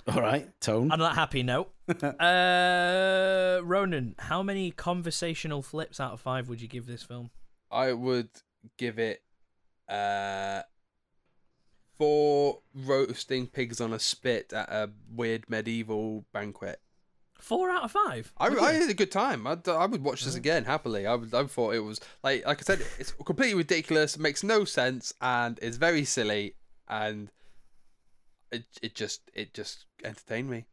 C: All right, tone.
A: On that happy note, uh, Ronan, how many conversational flips out of five would you give this film?
B: I would give it uh four roasting pigs on a spit at a weird medieval banquet.
A: Four out of five.
B: I, I had a good time. I'd, I would watch this again happily. I, would, I thought it was like like I said, it's completely ridiculous, makes no sense, and it's very silly, and it it just it just entertained me.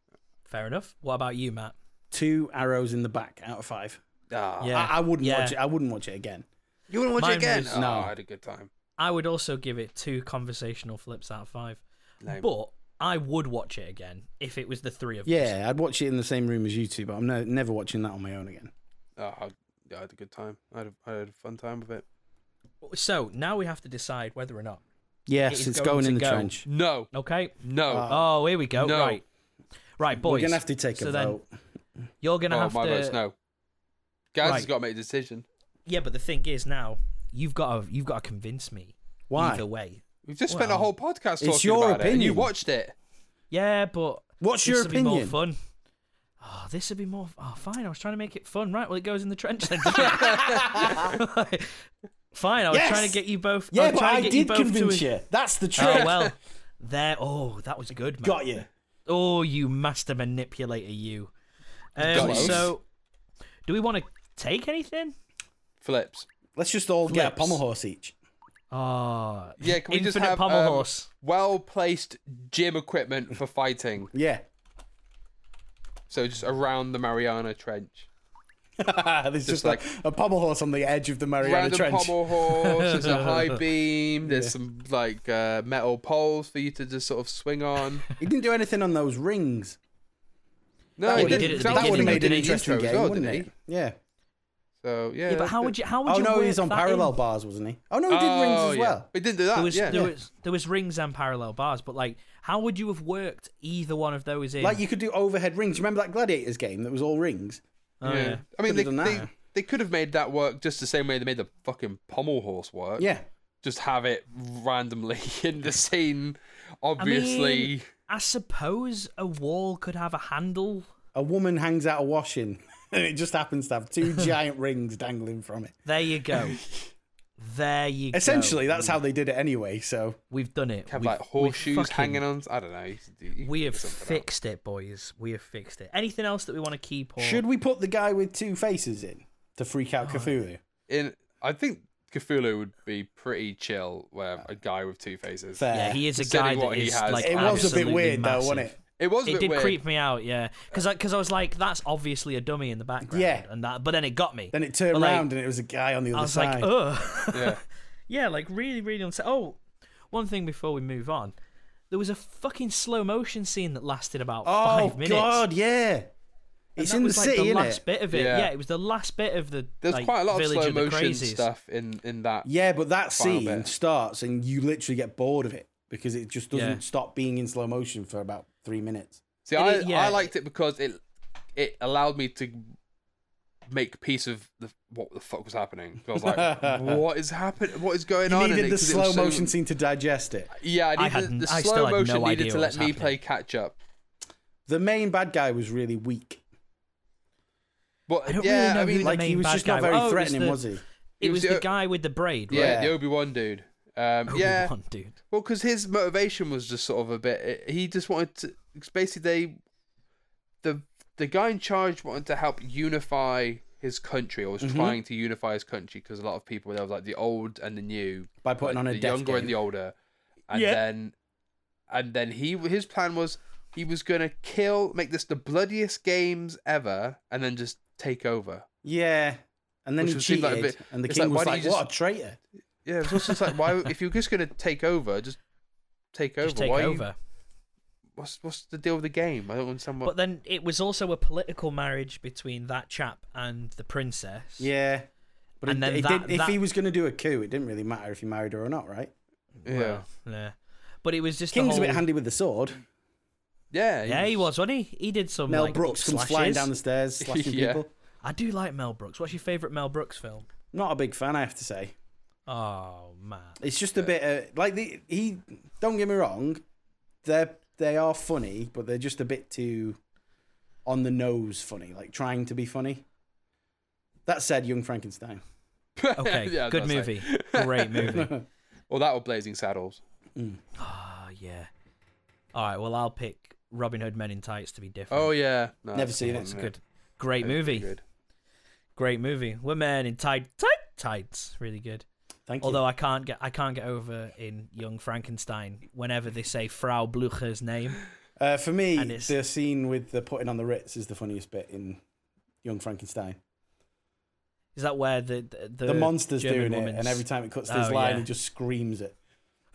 A: Fair enough. What about you, Matt?
C: Two arrows in the back out of five.
B: Ah,
A: Yeah.
C: I, I wouldn't
A: Yeah.
C: watch it. I wouldn't watch it again.
B: you want to watch
A: Mine
B: it again?
A: was-
B: Oh,
C: No.
B: I had a good time.
A: I would also give it two conversational flips out of five.
B: Lame.
A: But I would watch it again if it was the three of us.
C: Yeah, I'd watch it in the same room as you two, but I'm no, never watching that on my own again.
B: Oh, I, I had a good time. I had a, I had a fun time with it.
A: So now we have to decide whether or not.
C: Yes,
A: It is
C: it's, going,
A: going to
C: in the
A: go.
C: trench.
B: No,
A: Okay.
B: no.
A: Oh, here we go.
B: No.
A: Right. Right, boys.
C: Uh, We're gonna have to take
A: so
C: a
A: then
C: vote.
A: You're gonna
B: oh,
A: have
B: my
A: to.
B: vote's no. Gaz has
A: Right.
B: got to make a decision.
A: Yeah, but the thing is now you've got to you've got to convince me
C: Why?
A: either way.
B: We've just spent a
A: Well,
B: whole podcast talking
C: your
B: about it. And you
C: opinion.
B: watched it.
A: Yeah, but
C: What's
A: this
C: your
A: would be more
C: opinion?
A: fun. Oh, this would be more. Oh, fine. I was trying to make it fun, right? Well, it goes in the trench then. doesn't it? fine. I was
C: Yes!
A: trying to get you both.
C: Yeah,
A: I was
C: but
A: trying
C: I
A: to get
C: did
A: both to
C: convince
A: a-
C: you. That's the trick.
A: Oh well, there. Oh, that was good, man.
C: Got you.
A: Oh, you master manipulator, you. Um,
B: Close.
A: so, do we want to take anything?
B: Flips.
C: Let's just all get a
A: Flips.
C: pommel horse each.
A: Oh,
B: Yeah, can we
A: infinite
B: just have
A: pommel
B: um,
A: horse?
B: well placed gym equipment for fighting?
C: Yeah.
B: So just around the Mariana Trench.
C: There's just,
B: like-
C: a, a pommel horse on the edge of the Mariana
B: Random
C: Trench.
B: pommel horse. There's a high beam. There's some like uh, metal poles for you to just sort of swing on.
C: He didn't do anything on those rings.
B: No,
A: That
B: he
A: would've-
B: didn't.
A: did it at the
B: That
C: That
A: beginning,
C: would have made
A: though,
B: an
C: an
A: didn't he?
C: interesting game, wouldn't it? Yeah.
B: So yeah.
A: Yeah, but how would you? How would
C: Oh
A: you?
C: no,
A: work
C: he was on
A: that
C: parallel
A: in?
C: bars, wasn't he? Oh no, he did rings as well.
B: We didn't do that.
A: There was
B: Ah, yeah.
A: there was there was rings and parallel bars, but like, how would you have worked either one of those in?
C: Like you could do overhead rings. Remember that Gladiators game that was all rings?
A: Oh,
B: Yeah. I mean,
C: Could've
B: they,
C: done that.
B: they, they could have made that work just the same way they made the fucking pommel horse work.
C: Yeah.
B: Just have it randomly in the scene. Obviously.
A: I suppose a wall could have a handle
C: a woman hangs out a washing and it just happens to have two giant rings dangling from it.
A: There you go. There you go.
C: Essentially, that's how they did it anyway. So
A: We've done it.
B: Have
A: We've-
B: like
A: we've
B: horseshoes
A: fucking-
B: hanging on. I don't know. You could do- you could
A: We
B: do
A: have
B: something else.
A: fixed it, boys. We have fixed it. Anything else that we want to keep? Or...
C: should we put the guy with two faces in to freak out Cthulhu?
B: In I think Cthulhu would be pretty chill where a guy with two faces.
C: Fair.
A: Yeah, he is a
B: Considering
A: guy that
B: what he
A: is
B: has.
A: like.
C: it was a bit
A: absolutely
C: weird though,
A: massive.
C: wasn't it?
B: It was a
A: It
B: bit
A: did
B: weird.
A: creep me out, yeah, because because I, was like, that's obviously a dummy in the background,
C: Yeah.
A: and that. But then it got me.
C: Then it turned
A: But, like,
C: around and it was a guy on the other
A: I was
C: side.
A: like, "Oh, ugh.
B: Yeah.
A: yeah, like really, really unsa Oh, one thing before we move on, there was a fucking slow motion scene that lasted about
C: oh
A: five minutes.
C: God, yeah.
A: And
C: It's
A: that
C: in the
A: was, like,
C: city,
A: the
C: innit?
A: last bit of it. Yeah.
B: Yeah.
A: it was the last bit of the.
B: There's
A: like,
B: quite a lot of
A: village the
B: slow motion
A: crazies.
B: stuff in in that.
C: Yeah, but that
B: Final
C: scene
B: bit.
C: starts and you literally get bored of it because it just doesn't
A: Yeah.
C: stop being in slow motion for about three minutes.
B: See,
A: It
B: I,
A: is- yeah.
B: I liked it because it it allowed me to make peace of the, what the fuck was happening. 'Cause I was like, what is happening? What is going
C: You
B: on? in
C: needed
B: it?
C: the
B: 'Cause it was
C: slow
B: so-
C: motion scene to digest it.
B: Yeah, I
A: I
B: needed,
A: had-
B: the
A: I still
B: slow
A: had
B: motion
A: no
B: needed
A: idea
B: to
A: what
B: let
A: was
B: me
A: happening.
B: play catch up.
C: The main bad guy was really weak.
B: But
A: I don't really
B: yeah,
A: know
B: I mean,
A: who the
C: Like he
A: main
C: was
A: bad
C: just
A: guy
C: not very
A: was. Oh, it was
C: threatening,
A: the-
C: was he?
A: It was
B: was the-
A: the guy with the braid, right?
B: yeah,
C: Yeah.
B: the Obi Wan dude. Um, yeah,
A: Obi-Wan, dude.
B: Well, because his motivation was just sort of a bit. eh, He just wanted to. 'cause Basically, they, the the guy in charge wanted to help unify his country, or was trying to unify his country, because a lot of people there was like the old and the new,
C: By putting
B: like,
C: on a
B: the
C: death
B: younger and
C: game.
B: the older, and
A: Yeah.
B: then, and then he his plan was he was gonna kill, make this the bloodiest games ever, and then just take over.
C: Yeah. And then
B: Which
C: he
B: was- seemed
C: cheated,
B: like a bit-
C: and the
B: it's
C: king
B: like,
C: was
B: why
C: like,
B: don't you
C: "What a traitor!"
B: Yeah, it was also just like why if you're just gonna take over, just take over.
A: Just take
B: why you-
A: over.
B: what's what's the deal with the game? I don't understand what.
A: But then it was also a political marriage between that chap and the princess.
C: Yeah, but
A: And
C: it,
A: then
C: it
A: that-
C: did, if
A: that-
C: he was going to do a coup, it didn't really matter if he married her or not, right?
B: yeah.
A: Well, yeah. But it was just
C: King's
A: the
C: a
A: whole...
C: bit handy with the sword.
B: Yeah,
A: Yeah, he was, wasn't he? He did some.
C: Mel
A: like,
C: Brooks comes
A: slashes.
C: flying down the stairs, slashing
B: Yeah.
C: people.
A: I do like Mel Brooks. What's your favorite Mel Brooks film?
C: Not a big fan, I have to say.
A: Oh man,
C: It's just a bit uh, like the he. Don't get me wrong, they they are funny, but they're just a bit too on the nose funny, like trying to be funny. That said, Young Frankenstein.
A: Okay,
B: Yeah, I was
A: good
B: gonna
A: movie,
B: say.
A: great movie.
B: Well, that or Blazing Saddles.
C: Mm,
A: Oh yeah. All right, well I'll pick Robin Hood Men in Tights to be different.
B: Oh yeah, no,
C: Never
B: that's
C: seen
B: the
C: it.
B: one,
C: It's
A: it's
B: yeah.
A: good. Great
B: It's pretty
A: movie.
B: good.
A: Great movie. We're men in tight tight tights. Really good.
C: Thank you.
A: Although I can't get I can't get over in Young Frankenstein whenever they say Frau Blucher's name.
C: uh, for me,
A: and it's-
C: the scene with the putting on the Ritz is the funniest bit in Young Frankenstein.
A: Is that where the the,
C: The, monster's
A: German
C: doing it,
A: woman's-
C: and every time it cuts to
A: Oh,
C: his line,
A: yeah.
C: he just screams it.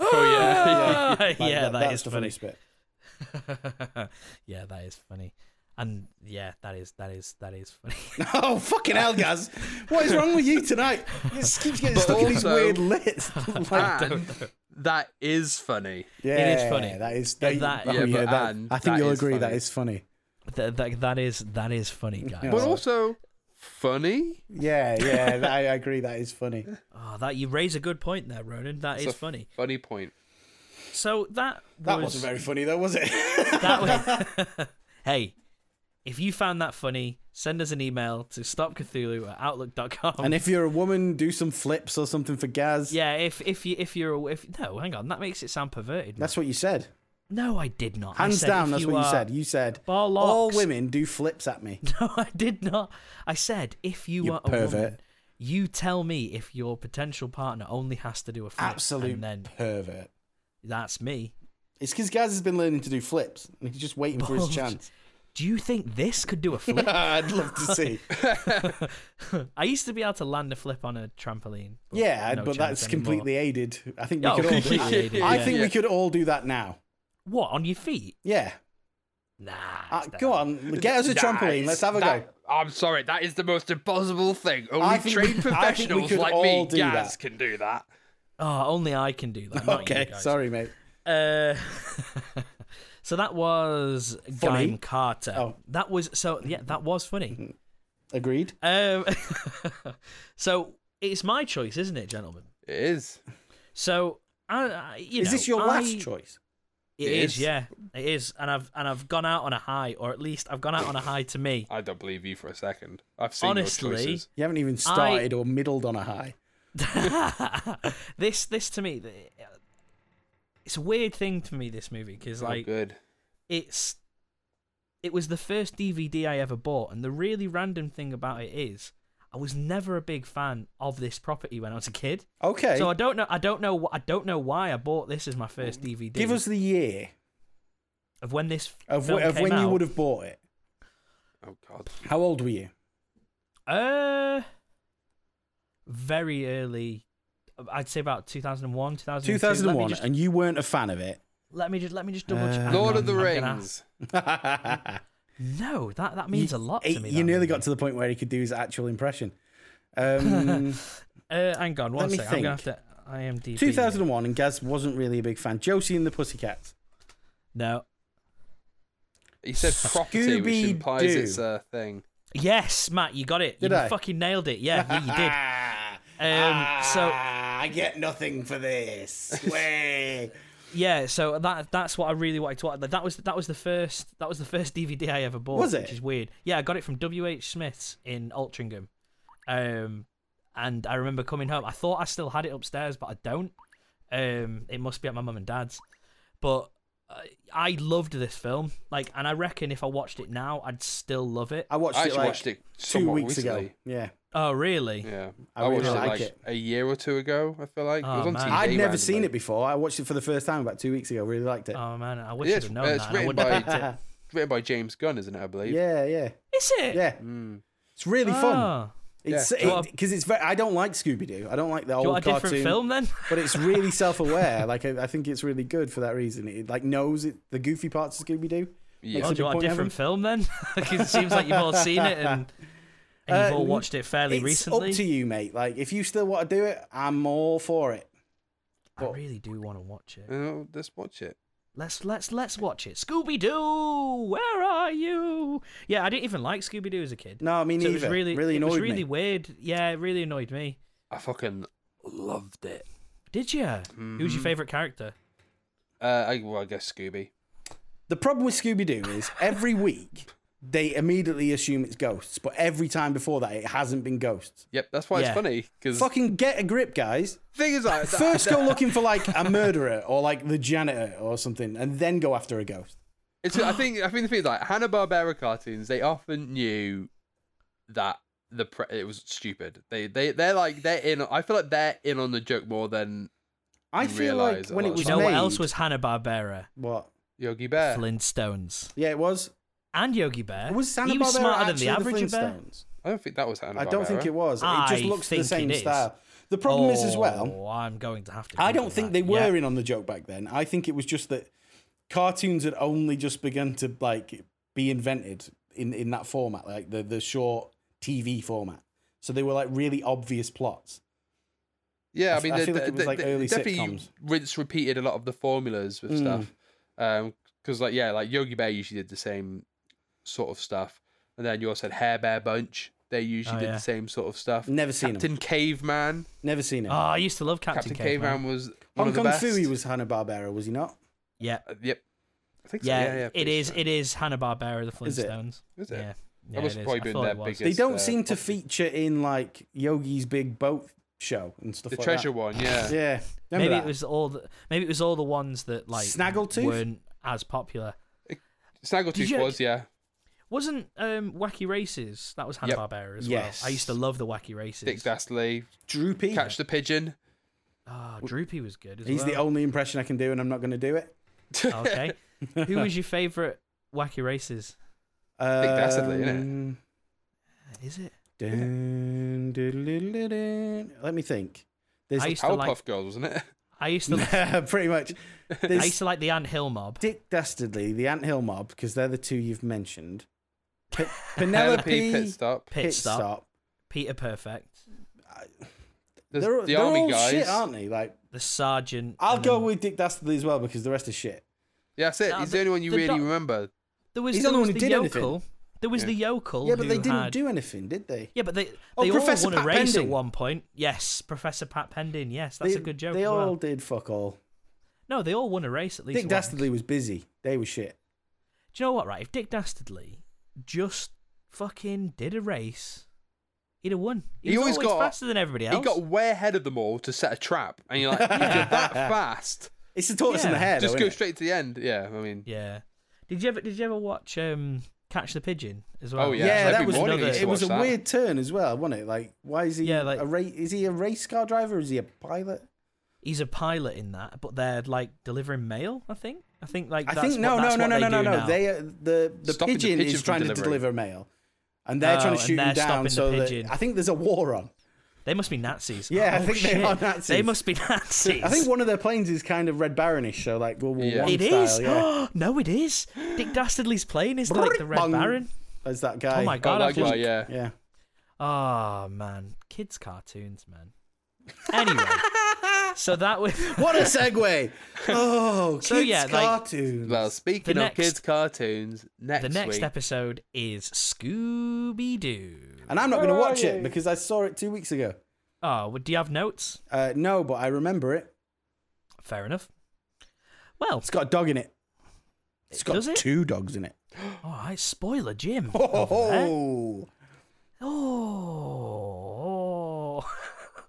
B: Oh yeah,
A: Ah! yeah,
C: Like, that-
A: that
C: that's
A: is
C: the
A: funny.
C: funniest bit.
A: yeah, that is funny. And yeah, that is that is that is funny.
C: Oh fucking hell, Gaz! What is wrong with you tonight? You just keeps getting
B: But
C: stuck in these
B: also-
C: weird lists. Like-
B: and Ah, that is funny.
C: Yeah,
A: Ah, funny.
C: That is
A: Yeah,
C: that.
A: that-
C: oh,
B: Yeah,
C: yeah,
B: but
C: that-
B: and
C: I think
B: that
C: you'll
B: is
C: agree that
B: funny.
C: is funny.
A: that, that that is that is funny, guys.
B: But also funny.
C: Yeah, yeah, I I agree that is funny.
A: Oh, that you raise a good point there, Ronan. That is
B: It's a
A: funny.
B: Funny point.
A: So that
C: That
A: was
C: wasn't very funny though, was it?
A: that was, hey, if you found that funny, send us an email to stopcthulhu at outlook.com.
C: and if you're a woman, do some flips or something for Gaz.
A: yeah, if if you if you're a- if no, hang on, that makes it sound perverted. man.
C: That's what you said.
A: no, I did not. I
C: Hands
A: said
C: down,
A: if
C: that's
A: you
C: what you
A: are-
C: said. You said
A: Bollocks.
C: all women do flips at me.
A: No, I did not. I said if you,
C: You
A: are a
C: pervert.
A: woman, you tell me if your potential partner only has to do a flip,
C: Absolute
A: and then
C: pervert.
A: that's me.
C: It's because Gaz has been learning to do flips, and he's just waiting for his
A: Bollocks.
C: chance.
A: Do you think this could do a flip?
C: I'd love to see.
A: I used to be able to land a flip on a trampoline.
C: Yeah,
A: no
C: but
A: chance
C: that's
A: anymore.
C: completely aided. I think we
A: Oh,
C: could all do that.
A: completely aided,
C: I
A: yeah.
C: think
B: Yeah.
C: we could all do that now.
A: What on your feet?
C: Yeah.
A: Nah.
C: Uh,
A: it's
C: go
A: not.
C: on, get us a trampoline. Let's have a go.
B: I'm sorry, that is the most impossible thing. Only
C: I think we-
B: trained
C: I think we
B: professionals
C: could
B: like
C: all
B: me,
C: do
B: Gaz,
C: that.
B: can do that.
A: Oh, only I can do that. Not you
C: Okay,
A: guys.
C: sorry, mate.
A: Uh, so that was
C: Funny.
A: Guy Carter.
C: Oh.
A: That was so yeah, that was funny.
C: Agreed.
A: um,
C: Mm-hmm.
A: so it's my choice, isn't it, gentlemen?
B: It is.
A: So I, I you
C: Is
A: know,
C: this your
A: I-
C: last choice?
A: it is.
B: is.
A: yeah, it is, and I've and I've gone out on a high, or at least I've gone out on a high to me.
B: I don't believe you for a second. I've seen
A: Honestly,
B: your choices.
C: You haven't even started or middled on a high.
A: this this to me, th- it's a weird thing to me. This movie because
B: Oh,
A: like
B: good.
A: it's it was the first DVD I ever bought, and the really random thing about it is I was never a big fan of this property when I was a kid.
C: Okay.
A: So I don't know. I don't know. wh- I don't know why I bought this as my first DVD.
C: Give us the year
A: of when this
C: of,
A: film
C: wh- of
A: came
C: when
A: out.
C: you would have bought it.
B: Oh god.
C: How old were you?
A: Uh, very early. I'd say about 2001, 2002.
C: 2001,
A: Let me just,
C: and you weren't a fan of it.
A: let me just, let me just double
C: Uh,
A: check.
B: Lord
A: I'm-
B: of the
A: I'm gonna
B: Rings.
A: ask- No, that, that means a
C: You-
A: lot
C: eh,
A: to me.
C: You nearly got to the point where he could do his actual impression. Um,
A: Uh, hang on, one
C: Let me
A: sec. I'm gonna have
C: think.
A: to. I am
C: 2001, and Gaz wasn't really a big fan. Josie and the Pussycats.
A: No.
B: He said property, which
C: Scooby-Doo.
B: implies it's a thing.
A: Yes, Matt, you got it.
C: Did
A: you
C: I?
A: fucking nailed it. Yeah, yeah, you did. Um, so-
C: Ah, I get nothing for this. Way.
A: Yeah, so that that's what I really wanted to watch. Like, That was that was the first that was the first DVD I ever bought.
C: Was it?
A: Which is weird. Yeah, I got it from W. H. Smith's in Altrincham, um, and I remember coming home. I thought I still had it upstairs, but I don't. Um, it must be at my mum and dad's. But uh, I loved this film, like, and I reckon if I watched it now, I'd still love it.
C: I watched
B: I
C: it
B: actually
C: like
B: watched it
C: two
B: somewhat
C: weeks ago.
B: recently.
C: Yeah,
A: Oh, really?
B: Yeah,
C: I
B: I,
C: really
B: watched it
C: like
B: like
C: it.
B: a year or two ago. I feel like
A: Oh,
B: it was on
A: man.
B: TV.
A: I'd
C: I'd never seen
B: randomly.
C: it before. I watched it for the first time about two weeks ago. Really liked it.
A: Oh man, I wish I'd
B: Yeah, it's-
A: have known
B: uh, it's
A: that. and I
B: written
A: wouldn't have
B: by-
A: liked it.
B: Written by James Gunn, isn't it? I believe.
C: yeah, yeah,
A: Is it?
C: yeah.
B: Mm.
C: It's really fun.
A: Hmm. Ah.
C: It's
A: Do you
C: because
A: want
C: it's very. I don't like Scooby Doo. I don't like the
A: Do you
C: old
A: want a different
C: cartoon.
A: film then?
C: But it's really self-aware. Like I, I think it's really good for that reason. It like knows it, the goofy parts of Scooby Doo.
B: Yeah.
A: Oh,
C: Makes
A: do you want a
C: point,
A: different film then? 'Cause it seems like you've all seen it and, and you've
C: Uh,
A: all watched it fairly
C: It's
A: recently.
C: up to you, mate. Like if you still want to do it, I'm all for it.
A: I really do want to watch it.
B: Oh, let's watch it.
A: Let's let's let's watch it. Scooby Doo, where are you? Yeah, I didn't even like Scooby Doo as a kid.
C: No, me
A: so
C: neither.
A: it was really
C: really
A: it
C: annoyed
A: was really
C: me.
A: weird. Yeah, it really annoyed me.
B: I fucking loved it.
A: Did you? Who was your
C: Hmm.
B: Mhm.
A: favorite character?
B: Uh, I, well, I guess Scooby.
C: The problem with Scooby Doo is every week they immediately assume it's ghosts, but every time before that it hasn't been ghosts.
B: Yep, that's why
A: Yeah.
B: it's funny because
C: Fucking get a grip, guys.
B: thing is, like,
C: First go looking for like a murderer or like the janitor or something, and then go after a ghost.
B: It's, I think I think the thing is like Hanna Barbera cartoons. They often knew that the pre- it was stupid. They they they're like they're in. I feel like they're in on the joke more than
C: I
B: You
C: feel like
B: realise a
C: when
B: lot
C: it
B: of
C: was
A: You know what
C: made-
A: else was Hanna Barbera?
C: what?
B: Yogi Bear.
A: Flintstones
C: Yeah, it was.
A: and Yogi Bear.
C: Was Santa
A: Uh, he was
C: Barbera
A: smarter than
C: actually
A: the average bear.
C: Flintstones?
B: I don't think that was Hanna.
C: I don't think it was. it
A: I
C: just looks the
A: think
C: same
A: it is.
C: style. The problem is as well.
A: Oh, I'm going to have to.
C: I don't
A: Google
C: think
A: that.
C: they were
A: Yeah.
C: in on the joke back then. I think it was just that cartoons had only just begun to like be invented in in that format, like the the short TV format. So they were like really obvious plots.
B: Yeah,
C: I
B: I mean,
C: f- I
B: they,
C: feel like
B: they-
C: it was,
B: they-
C: like,
B: they
C: early
B: definitely
C: sitcoms. Hmm.
B: rinse repeated a lot of the formulas with stuff. Um, because like yeah, like Yogi Bear usually did the same sort of stuff, and then you also had Hair Bear Bunch. They usually
A: Oh,
B: did
A: yeah.
B: the same sort of stuff.
C: Never seen 'em.
B: Captain Caveman.
C: Never seen it.
A: Oh, I used to love Captain,
B: Captain Caveman, was one
C: Hong
B: of the
C: Kong
B: best.
C: Fooey was Hanna Barbera, was he not?
A: Yeah.
B: Uh, yep. I think so.
A: Yeah,
B: yeah, yeah,
A: it
B: pretty
A: is.
B: sure.
A: It is Hanna Barbera, the
C: Is it?
A: Flintstones.
B: Is it?
A: Yeah, yeah
B: That must
A: it is.
B: probably
A: I
B: been
A: thought
B: their
A: it was.
B: biggest-
C: They
B: It's,
C: don't
B: uh,
C: seem to
B: what-
C: feature in like Yogi's Big Boat Show and stuff
B: The
C: like
B: treasure
C: that.
B: one, yeah.
C: Yeah. Remember
A: Maybe
C: that?
A: it was all the. Maybe it was all the ones that like
C: Snaggletooth?
A: weren't as popular. Did
B: Snaggletooth
A: you-
B: was, yeah.
A: Wasn't um, Wacky Races? That was Hanna
B: Yep.
A: Barbera as
C: Yes.
A: well. I used to love the Wacky Races.
B: Dick Dastardly,
C: Droopy.
B: Catch the Pigeon.
A: Ah, Droopy was good. As
C: He's the
A: well. Oh,
C: only impression I can do, and I'm not going to do it.
A: okay. Who was your favorite Wacky Races?
C: Um,
B: think that's it, isn't it?
A: Is it?
C: dun, dun-dun-dun-dun. Let me think. There's
A: I used to
B: Powerpuff
A: like.
B: Girls, wasn't it?
A: I used to.
C: pretty much.
A: I used
C: There's
A: to like the Ant Hill Mob.
C: Dick Dastardly, the Ant Hill Mob, because they're the two you've mentioned. Pe-
B: Penelope,
C: Penelope
B: Pit Stop.
A: Pit Stop. Peter Perfect.
B: There's
C: They're,
B: the
C: they're
B: Army
C: all
B: Guys.
C: shit, aren't they? Like,
A: The Sergeant.
C: I'll
A: and
C: go
A: then-
C: with Dick Dastardly as well because the rest is shit.
B: Yeah, that's it.
A: Nah,
B: He's
A: the-
B: the only one you
A: the
B: really
A: doc-
B: remember.
A: There was,
C: He's the
A: there
C: only
A: was
C: one who
A: the
C: did anything.
A: yokel. There was
B: Yeah.
A: the yokel.
C: Yeah, but they
A: who
C: didn't
A: had-
C: do anything, did they?
A: Yeah, but they
C: Oh,
A: they
C: Professor
A: all won
C: Pat
A: a race
C: Pending.
A: at one point. Yes, Professor Pat Pending. Yes, that's
C: they,
A: a good joke.
C: They
A: as
C: all
A: well.
C: did fuck all.
A: No, they all won a race at least.
C: Dick
A: once.
C: Dastardly was busy. They were shit.
A: Do you know what, right? If Dick Dastardly just fucking did a race, he'd have won. He,
B: He
A: was
B: always
A: always
B: got-
A: faster than everybody else.
B: He got way ahead of them all to set a trap, and you're like, if you're that fast,
C: It's the tortoise and the
A: Yeah.
C: hare.
B: just
C: though,
B: go
C: innit?
B: straight to the end. Yeah, I mean,
A: Yeah. Did you ever did you ever watch um Catch the Pigeon as well?
B: Oh,
C: Yeah,
B: Yeah, every
C: that was
A: morning I used
C: another.
A: to
C: It was a
B: watch that.
C: weird turn as well, wasn't it? Like, why is he?
A: Yeah, like-
C: a ra- Is he a race car driver? Is he a pilot?
A: He's a pilot in that, but they're like delivering mail, I think. I think like
C: I
A: that's
C: think no,
A: what, that's
C: no,
A: what
C: no,
A: they
C: no, no,
A: do
C: no.
A: now.
C: They are, the the
B: Stopping the
C: pigeon,
B: pigeon
C: is
B: from
C: trying to
B: delivering.
C: deliver mail, and they're
A: Oh,
C: trying
A: and
C: to shoot
A: they're
C: him
A: stopping
C: down.
A: the
C: So that,
A: pigeon.
C: I think there's a war on.
A: They must be Nazis.
C: Yeah, I
A: Oh,
C: think they
A: shit.
C: are Nazis.
A: They must be Nazis.
C: I think one of their planes is kind of Red Baronish, so like World War
B: Yeah.
C: One
A: it
C: style.
A: is.
C: Yeah.
A: no, it is. Dick Dastardly's plane is like the Red
C: Bong.
A: Baron.
C: There's that guy.
A: Oh my
B: oh,
A: god! I've
B: that
A: just
B: guy, yeah.
C: Yeah.
A: Oh man, kids' cartoons, man. Anyway, so that was
C: What a segue! Oh, kids
A: So, yeah, like-
C: cartoons.
B: Well, speaking
A: The
B: of
A: next-
B: kids' cartoons, next
A: the next
B: week,
A: episode is Scooby Doo.
C: and I'm not going to
B: Where are
C: watch
B: you?
C: it because I saw it two weeks ago.
A: Oh, well, do you have notes?
C: Uh, no, but I remember it.
A: Fair enough. Well,
C: It's got a dog in it. It's got
A: Does it?
C: two dogs in it.
A: all right. Spoiler, Jim.
C: Oh,
A: over there.
C: ho, ho.
A: Oh.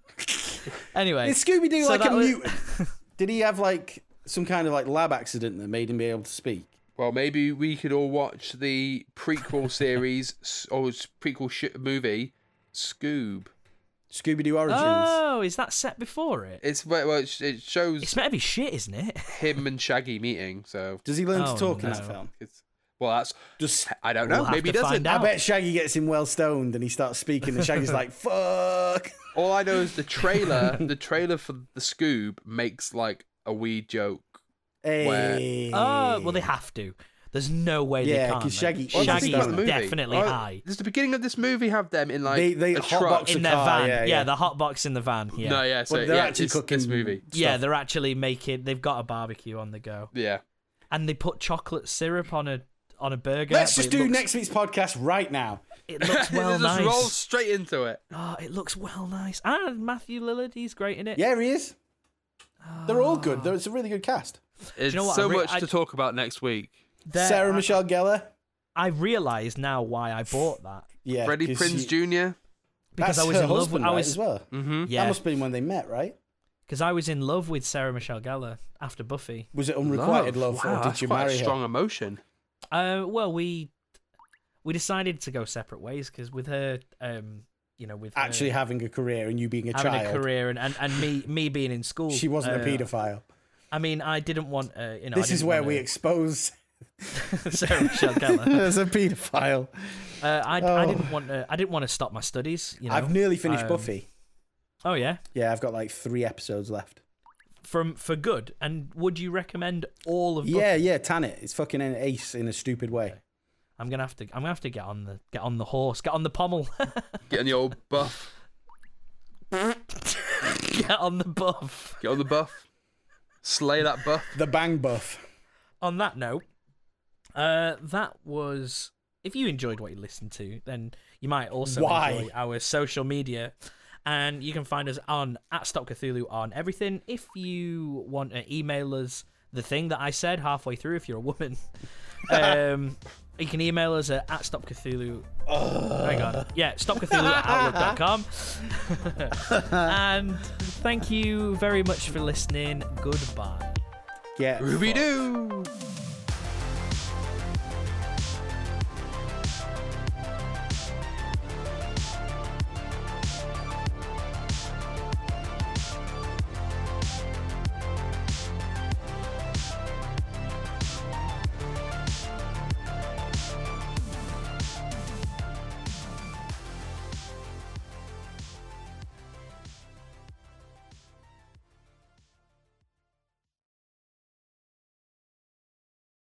A: anyway,
C: is Scooby Doo
A: so
C: like
A: that
C: a
A: was-
C: mutant? Did he have like some kind of like lab accident that made him be able to speak?
B: well, maybe we could all watch the prequel series s- or s- prequel sh- movie, Scoob.
C: Scooby Doo Origins.
A: Oh, is that set before it?
B: It's well, well, it sh- it shows
A: It's meant to be shit, isn't it?
B: him and Shaggy meeting. So,
C: Does he learn
A: Oh,
C: to talk in
A: no.
C: that film?
B: it's, well, that's
C: Just
B: I don't know.
A: We'll have
B: maybe he
A: to
B: doesn't.
A: find out.
C: I bet Shaggy gets him well stoned and he starts speaking, and Shaggy's like, "Fuck."
B: All I know is the trailer. the trailer for the Scoob makes like a wee joke.
C: Hey.
A: Oh, well, they have to. There's no way
C: Yeah,
A: they can't.
C: 'cause
A: mate.
C: Shaggy is
B: Well, that's the
A: Shaggy
B: thing
A: is
B: about the movie.
A: definitely
B: Oh,
A: high
B: Does the beginning of this movie have them in like
C: They- they
B: a
C: hotbox
B: truck?
C: the
A: in their
C: car,
A: van.
C: yeah,
A: Yeah,
C: yeah.
A: the hot box in the van. Yeah,
B: No, yeah. So
C: But they're
B: yeah,
C: actually
B: this,
C: cooking
B: this movie.
A: yeah,
C: stuff.
A: they're actually making. They've got a barbecue on the go,
B: Yeah.
A: and they put chocolate syrup on a on a burger.
C: Let's
A: but
C: just
A: it
C: do
A: looks-
C: next week's podcast right now.
A: It looks well
B: just
A: nice.
B: roll straight into it.
A: Oh, it looks well nice. And Matthew Lillard, he's great in it. Ah,
C: Yeah, he is. They're all good. They're, it's a really good cast.
B: It's
A: know what, I
B: so
A: re-
B: much
A: I-
B: to talk about next week.
A: There-
C: Sarah
A: I-
C: Michelle Gellar.
A: I realise now why I bought that
C: Yeah,
B: Freddie
C: 'cause
B: Prince
C: she-
B: Jr.
A: because
C: that's
A: I was
C: her
A: in love.
C: husband,
A: With, I
C: right,
A: was
C: as well.
B: Mm-hmm.
A: yeah,
C: That must have been when they met, right?
A: because I was in love with Sarah Michelle Gellar after Buffy.
C: Was it unrequited love,
B: Wow,
C: or
B: that's
C: did you
B: quite
C: marry
B: a
C: her?
B: strong emotion.
A: Uh, well, we we decided to go separate ways because with her, um, you know, with her
C: Actually, having a career and you being a
A: having
C: child,
A: a career and, and, and me me being in school,
C: she wasn't
A: uh,
C: a paedophile.
A: I mean, I didn't want, uh, you know, I
C: this is
A: didn't
C: where
A: wanna-
C: we expose
A: Sarah Michelle Gellar.
C: as a paedophile.
A: Uh, I, I
C: Oh.
A: didn't want to, I didn't want to stop my studies. You know,
C: I've nearly finished
A: Um,
C: Buffy.
A: Oh yeah,
C: Yeah, I've got like three episodes left.
A: from for good. And would you recommend all of? Buffy?
C: Yeah, yeah, tan it. It's fucking an ace in a stupid way.
A: I'm gonna have to. I'm gonna have to get on the get on the horse. Get on the pommel.
B: Get on the old buff.
A: get on the buff.
B: Get on the buff. Slay that buff.
C: The bang buff.
A: On that note, uh, that was. If you enjoyed what you listened to, then you might also
C: Why?
A: enjoy our social media. And you can find us on at Stop Cthulhu on everything. If you want to email us the thing that I said halfway through, if you're a woman, um, you can email us at, at Stop Cthulhu. Hang on. Yeah, stopcthulhu at outlook.com. and thank you very much for listening. Goodbye.
C: Yeah.
B: Ruby doo.